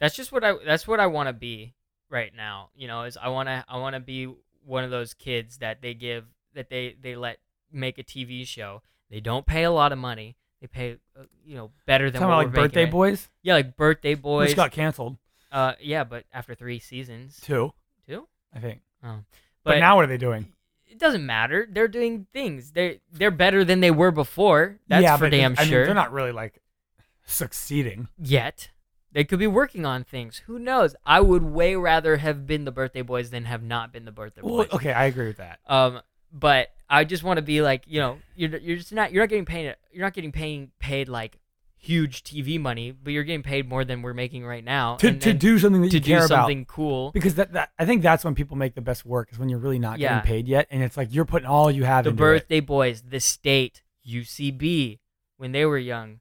[SPEAKER 2] That's just what I that's what I want to be right now. You know, is I want to I want to be one of those kids that they give that they they let make a TV show. They don't pay a lot of money. They pay uh, you know better than what
[SPEAKER 3] Talking about
[SPEAKER 2] we're
[SPEAKER 3] like
[SPEAKER 2] making
[SPEAKER 3] Birthday
[SPEAKER 2] it.
[SPEAKER 3] Boys,
[SPEAKER 2] Yeah, like birthday boys.
[SPEAKER 3] which got canceled
[SPEAKER 2] uh, yeah, but after three seasons,
[SPEAKER 3] too,
[SPEAKER 2] two.
[SPEAKER 3] I think. But,
[SPEAKER 2] But,
[SPEAKER 3] now what are they doing?
[SPEAKER 2] it doesn't matter. They're doing things. They they're better than they were before. That's
[SPEAKER 3] yeah,
[SPEAKER 2] for
[SPEAKER 3] but
[SPEAKER 2] damn
[SPEAKER 3] I mean,
[SPEAKER 2] sure.
[SPEAKER 3] they're not really like succeeding.
[SPEAKER 2] yet. They could be working on things. Who knows? I would way rather have been the birthday boys than have not been the birthday
[SPEAKER 3] Well,
[SPEAKER 2] boys.
[SPEAKER 3] okay, I agree with that.
[SPEAKER 2] Um, but I just want to be like, you know, you're you're just not you're not getting paid you're not getting paying paid like huge TV money, but you're getting paid more than we're making right now.
[SPEAKER 3] To,
[SPEAKER 2] and
[SPEAKER 3] to
[SPEAKER 2] then
[SPEAKER 3] do something that
[SPEAKER 2] to
[SPEAKER 3] you care
[SPEAKER 2] do
[SPEAKER 3] about.
[SPEAKER 2] something cool.
[SPEAKER 3] Because that, that I think that's when people make the best work is when you're really not
[SPEAKER 2] Yeah.
[SPEAKER 3] getting paid yet, and it's like you're putting all you have
[SPEAKER 2] the
[SPEAKER 3] into it.
[SPEAKER 2] birthday boys, the state, UCB, when they were young.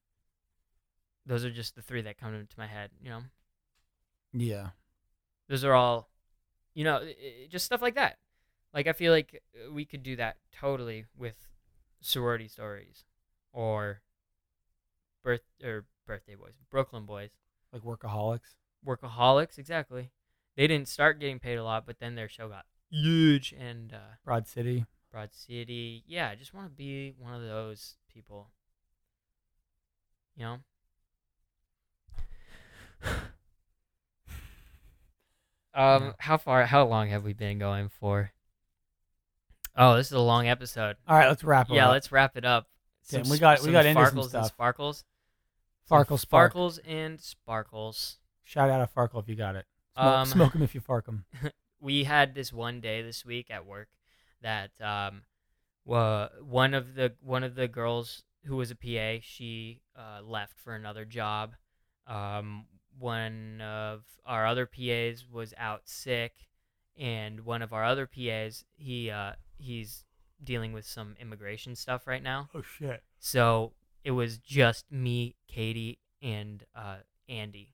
[SPEAKER 2] Those are just the three that come into my head. You know,
[SPEAKER 3] Yeah.
[SPEAKER 2] those are all, you know, i- i- just stuff like that. Like I feel like uh, we could do that totally with sorority stories, or birth or birthday boys, Brooklyn boys,
[SPEAKER 3] Like workaholics.
[SPEAKER 2] workaholics. Exactly. They didn't start getting paid a lot, but then their show got huge and uh,
[SPEAKER 3] Broad City.
[SPEAKER 2] Broad City. Yeah, I just want to be one of those people. You know? [sighs] um,
[SPEAKER 3] Yeah.
[SPEAKER 2] Um, how far how long have we been going for? Oh, this is a long episode.
[SPEAKER 3] All right, let's wrap it
[SPEAKER 2] yeah,
[SPEAKER 3] up.
[SPEAKER 2] let's wrap it up.
[SPEAKER 3] Damn,
[SPEAKER 2] Some
[SPEAKER 3] we
[SPEAKER 2] s-
[SPEAKER 3] got- we
[SPEAKER 2] some
[SPEAKER 3] got into some
[SPEAKER 2] sparkles and
[SPEAKER 3] stuff.
[SPEAKER 2] sparkles. Some
[SPEAKER 3] Farkle Spark.
[SPEAKER 2] sparkles and sparkles.
[SPEAKER 3] Shout out to Farkle if you got it. Smoke,
[SPEAKER 2] Um,
[SPEAKER 3] smoke 'em if you fark 'em.
[SPEAKER 2] we had this one day this week at work that um wa- one of the one of the girls who was a PA she uh, left for another job um one of our other PAs was out sick and one of our other PAs he uh he's dealing with some immigration stuff right now
[SPEAKER 3] [laughs] Oh shit.
[SPEAKER 2] so it was just me, Katie, and uh, Andy,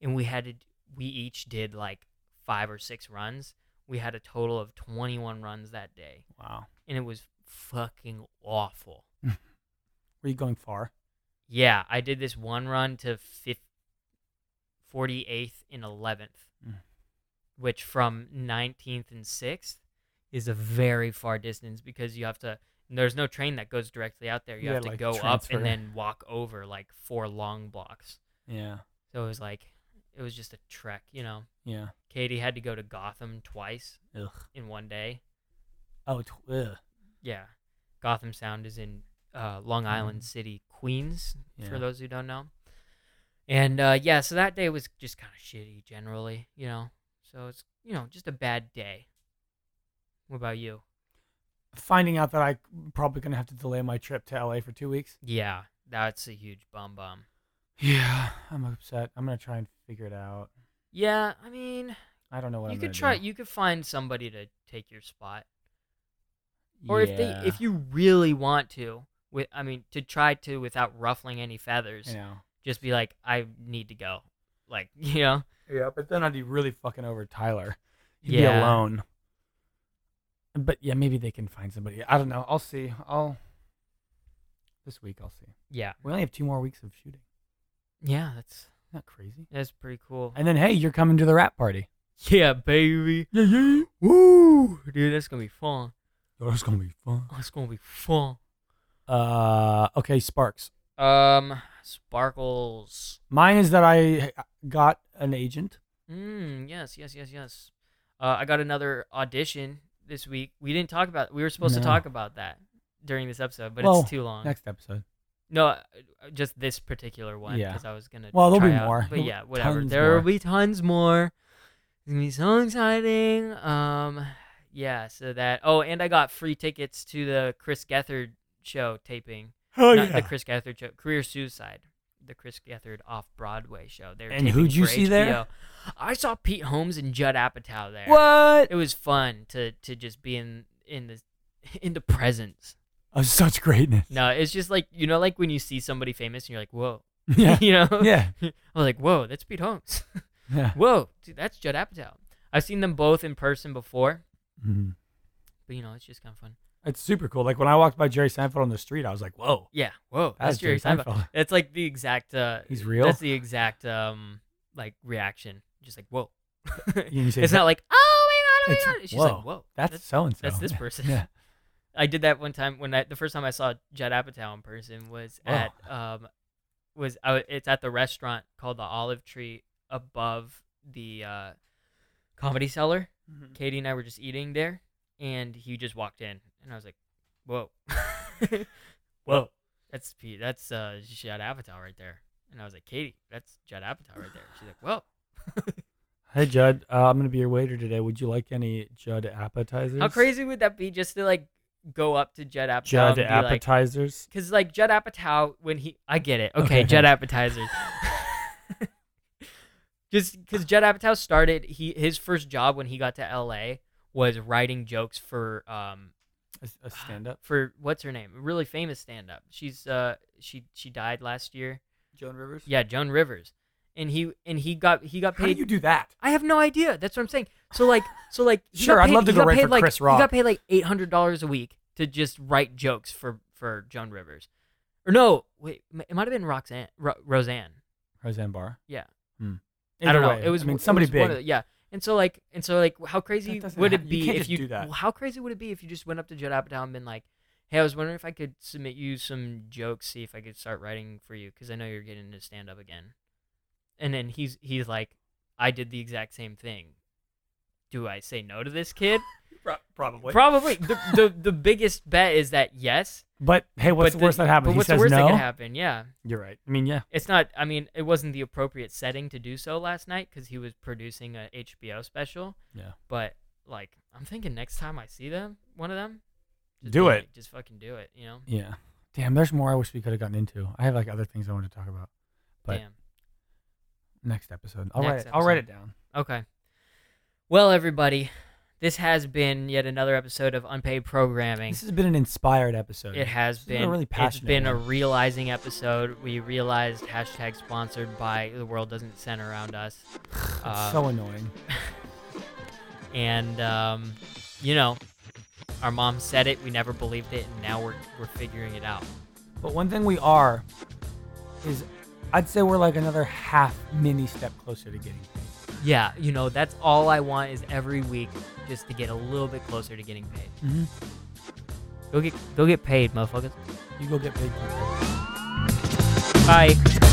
[SPEAKER 2] and we had to. We each did like five or six runs. We had a total of twenty-one runs that day,
[SPEAKER 3] Wow.
[SPEAKER 2] and it was fucking awful.
[SPEAKER 3] Were you going far?
[SPEAKER 2] Yeah, I did this one run to fif- 48th and 11th,
[SPEAKER 3] Mm.
[SPEAKER 2] which from 19th and 6th is a very far distance because you have to, there's no train that goes directly out there. You
[SPEAKER 3] Yeah,
[SPEAKER 2] have to
[SPEAKER 3] like,
[SPEAKER 2] go up
[SPEAKER 3] transfer.
[SPEAKER 2] and then walk over like four long blocks.
[SPEAKER 3] Yeah.
[SPEAKER 2] So it was like, it was just a trek, you know.
[SPEAKER 3] Yeah.
[SPEAKER 2] Katie had to go to Gotham twice
[SPEAKER 3] Ugh.
[SPEAKER 2] in one day.
[SPEAKER 3] Oh, tw- ugh.
[SPEAKER 2] Yeah. Gotham Sound is in uh, Long Island City, Queens,
[SPEAKER 3] Yeah.
[SPEAKER 2] for those who don't know. And uh, yeah, so that day was just kind of shitty generally, you know. So it's, you know, just a bad day. What about you?
[SPEAKER 3] Finding out that I'm probably gonna have to delay my trip to LA for two weeks.
[SPEAKER 2] Yeah, that's a huge bum bum.
[SPEAKER 3] Yeah. I'm upset. I'm gonna try and figure it out.
[SPEAKER 2] Yeah, I mean,
[SPEAKER 3] I don't know what
[SPEAKER 2] you
[SPEAKER 3] I'm
[SPEAKER 2] could
[SPEAKER 3] gonna
[SPEAKER 2] try,
[SPEAKER 3] do.
[SPEAKER 2] you could find somebody to take your spot. Or if they,
[SPEAKER 3] Yeah.
[SPEAKER 2] if you really want to, with, I mean, to try to without ruffling any feathers,
[SPEAKER 3] you know.
[SPEAKER 2] just be like, I need to go. Like, [laughs] you know?
[SPEAKER 3] Yeah, but then I'd be really fucking over Tyler. He'd be
[SPEAKER 2] Yeah.
[SPEAKER 3] alone. But yeah, maybe they can find somebody. I don't know. I'll see. I'll this week I'll see.
[SPEAKER 2] Yeah.
[SPEAKER 3] We only have two more weeks of shooting.
[SPEAKER 2] Yeah, that's
[SPEAKER 3] Isn't that crazy?
[SPEAKER 2] that's pretty cool.
[SPEAKER 3] And then hey, you're coming to the rap party.
[SPEAKER 2] Yeah, baby.
[SPEAKER 3] Yeah, yeah.
[SPEAKER 2] Woo! Dude, that's gonna be fun.
[SPEAKER 3] Oh, it's gonna be fun.
[SPEAKER 2] Oh, it's gonna be fun.
[SPEAKER 3] Uh okay, Sparks.
[SPEAKER 2] Um Sparkles.
[SPEAKER 3] Mine is that I got an agent.
[SPEAKER 2] Mm, yes, yes, yes, yes. Uh, I got another audition this week. We didn't talk about. We were supposed
[SPEAKER 3] No.
[SPEAKER 2] to talk about that during this episode, but
[SPEAKER 3] Well,
[SPEAKER 2] it's too long.
[SPEAKER 3] Next episode.
[SPEAKER 2] No, uh, just this particular one.
[SPEAKER 3] Yeah.
[SPEAKER 2] Because I was gonna.
[SPEAKER 3] Well, there'll
[SPEAKER 2] try
[SPEAKER 3] be
[SPEAKER 2] out-
[SPEAKER 3] more.
[SPEAKER 2] But yeah, whatever.
[SPEAKER 3] Tons
[SPEAKER 2] there
[SPEAKER 3] more.
[SPEAKER 2] will be tons more. It's gonna be so exciting. Um, yeah. So that. Oh, and I got free tickets to the Chris Gethard show taping.
[SPEAKER 3] Oh
[SPEAKER 2] Not the Chris Gethard show. Career Suicide. The Chris Gethard off Broadway show. They were
[SPEAKER 3] And
[SPEAKER 2] taping
[SPEAKER 3] who'd you
[SPEAKER 2] for
[SPEAKER 3] see there?
[SPEAKER 2] HBO. I saw Pete Holmes and Judd Apatow there.
[SPEAKER 3] What?
[SPEAKER 2] It was fun to to just be in in the [laughs] in the presence.
[SPEAKER 3] Of Oh, such greatness.
[SPEAKER 2] No, it's just like you know, like when you see somebody famous and you're like, whoa,
[SPEAKER 3] [laughs]
[SPEAKER 2] [laughs]
[SPEAKER 3] Yeah.
[SPEAKER 2] you know,
[SPEAKER 3] [laughs] yeah.
[SPEAKER 2] I was like, whoa, that's Pete Holmes.
[SPEAKER 3] Yeah.
[SPEAKER 2] [laughs] whoa, dude, that's Judd Apatow. I've seen them both in person before,
[SPEAKER 3] Mhm.
[SPEAKER 2] but you know, it's just kind of fun.
[SPEAKER 3] It's super cool. Like when I walked by Jerry Seinfeld on the street, I was like, whoa.
[SPEAKER 2] Yeah, whoa,
[SPEAKER 3] That's
[SPEAKER 2] that's Jerry
[SPEAKER 3] Jerry
[SPEAKER 2] Seinfeld.
[SPEAKER 3] Seinfeld.
[SPEAKER 2] That's like the exact. Uh,
[SPEAKER 3] He's real?
[SPEAKER 2] That's the exact um like reaction. Just like whoa.
[SPEAKER 3] You
[SPEAKER 2] [laughs]
[SPEAKER 3] say
[SPEAKER 2] it's
[SPEAKER 3] that-
[SPEAKER 2] not like oh my god, oh my
[SPEAKER 3] It's,
[SPEAKER 2] god. It's just like
[SPEAKER 3] "Whoa,
[SPEAKER 2] whoa.
[SPEAKER 3] That's so and so.
[SPEAKER 2] that's this person. [laughs]
[SPEAKER 3] Yeah.
[SPEAKER 2] I did that one time when I the first time I saw Judd Apatow in person was
[SPEAKER 3] Wow.
[SPEAKER 2] at um was I w it's at the restaurant called the Olive Tree above the uh, comedy cellar. Katie and I were just eating there, and he just walked in, and I was like, "Whoa, [laughs] whoa, that's Pete, that's uh, Judd Apatow right there." And I was like, "Katie, that's Judd Apatow right there." She's like, "Whoa,
[SPEAKER 3] Hey, Judd. Uh, I'm going to be your waiter today. Would you like any Judd appetizers?
[SPEAKER 2] how crazy would that be just to like go up to Judd Apatow
[SPEAKER 3] Judd
[SPEAKER 2] and be like,
[SPEAKER 3] appetizers?
[SPEAKER 2] Because like Judd Apatow, when he, I get it. Okay,
[SPEAKER 3] Okay.
[SPEAKER 2] Judd appetizers. Just because Judd Apatow started, he his first job when he got to L.A. was writing jokes for um
[SPEAKER 3] a, a stand up.
[SPEAKER 2] for what's her name, a really famous stand up. She's uh she she died last year.
[SPEAKER 3] Joan Rivers?
[SPEAKER 2] Yeah, Joan Rivers, and he and he got he got
[SPEAKER 3] How do
[SPEAKER 2] paid.
[SPEAKER 3] you do that?
[SPEAKER 2] I have no idea. That's what I'm saying. So like so like he
[SPEAKER 3] Sure,
[SPEAKER 2] got
[SPEAKER 3] I'd
[SPEAKER 2] paid-
[SPEAKER 3] love to
[SPEAKER 2] he
[SPEAKER 3] go
[SPEAKER 2] got
[SPEAKER 3] write
[SPEAKER 2] paid
[SPEAKER 3] for
[SPEAKER 2] like,
[SPEAKER 3] Chris
[SPEAKER 2] He
[SPEAKER 3] Rock.
[SPEAKER 2] got paid like eight hundred dollars a week to just write jokes for for Joan Rivers, or no, wait, m- it might have been Roxanne, Ro- Roseanne.
[SPEAKER 3] Roseanne Barr.
[SPEAKER 2] Yeah.
[SPEAKER 3] Hmm.
[SPEAKER 2] I don't
[SPEAKER 3] Either
[SPEAKER 2] know.
[SPEAKER 3] way,
[SPEAKER 2] It was
[SPEAKER 3] I mean,
[SPEAKER 2] it
[SPEAKER 3] somebody
[SPEAKER 2] was one
[SPEAKER 3] big.
[SPEAKER 2] of the- yeah. And so like and so like how crazy
[SPEAKER 3] doesn't
[SPEAKER 2] would
[SPEAKER 3] hap-
[SPEAKER 2] it
[SPEAKER 3] you
[SPEAKER 2] be
[SPEAKER 3] can't
[SPEAKER 2] if
[SPEAKER 3] just
[SPEAKER 2] you
[SPEAKER 3] do that.
[SPEAKER 2] how crazy would it be if you just went up to Judd Apatow and been like, "Hey, I was wondering if I could submit you some jokes, see if I could start writing for you because I know you're getting into stand up again." And then he's he's like, "I did the exact same thing. Do I say no to this
[SPEAKER 3] [laughs]
[SPEAKER 2] kid?"
[SPEAKER 3] Probably.
[SPEAKER 2] Probably. The, the the biggest bet is that yes.
[SPEAKER 3] But hey, what's
[SPEAKER 2] but
[SPEAKER 3] the worst that happens?
[SPEAKER 2] But
[SPEAKER 3] He
[SPEAKER 2] what's
[SPEAKER 3] says
[SPEAKER 2] the worst
[SPEAKER 3] no.
[SPEAKER 2] that could happen? Yeah.
[SPEAKER 3] You're right. I mean, yeah.
[SPEAKER 2] It's not. I mean, it wasn't the appropriate setting to do so last night because he was producing a HBO special.
[SPEAKER 3] Yeah.
[SPEAKER 2] But like, I'm thinking next time I see them, one of them, just
[SPEAKER 3] Do
[SPEAKER 2] be
[SPEAKER 3] it.
[SPEAKER 2] like, just fucking do it. You know.
[SPEAKER 3] Yeah. Damn, there's more I wish we could have gotten into. I have like other things I want to talk about. But-
[SPEAKER 2] Damn.
[SPEAKER 3] Next episode. I'll write
[SPEAKER 2] Next
[SPEAKER 3] it. I'll write it
[SPEAKER 2] episode.
[SPEAKER 3] down.
[SPEAKER 2] Okay. Well, everybody, this has been yet another episode of Unpaid Programming.
[SPEAKER 3] This has been an inspired episode.
[SPEAKER 2] It has
[SPEAKER 3] This is a
[SPEAKER 2] been
[SPEAKER 3] really
[SPEAKER 2] It's
[SPEAKER 3] passionate
[SPEAKER 2] been a
[SPEAKER 3] one.
[SPEAKER 2] realizing episode. We realized hashtag sponsored by the world doesn't center around us.
[SPEAKER 3] It's
[SPEAKER 2] Um,
[SPEAKER 3] so annoying.
[SPEAKER 2] and um, you know, our mom said it. We never believed it, and now we're we're figuring it out.
[SPEAKER 3] But one thing we are is I'd say we're like another half mini step closer to getting paid.
[SPEAKER 2] Yeah, you know, that's all I want is every week just to get a little bit closer to getting paid.
[SPEAKER 3] Mhm.
[SPEAKER 2] Go get go get paid, motherfuckers.
[SPEAKER 3] You go get paid.
[SPEAKER 2] Bye.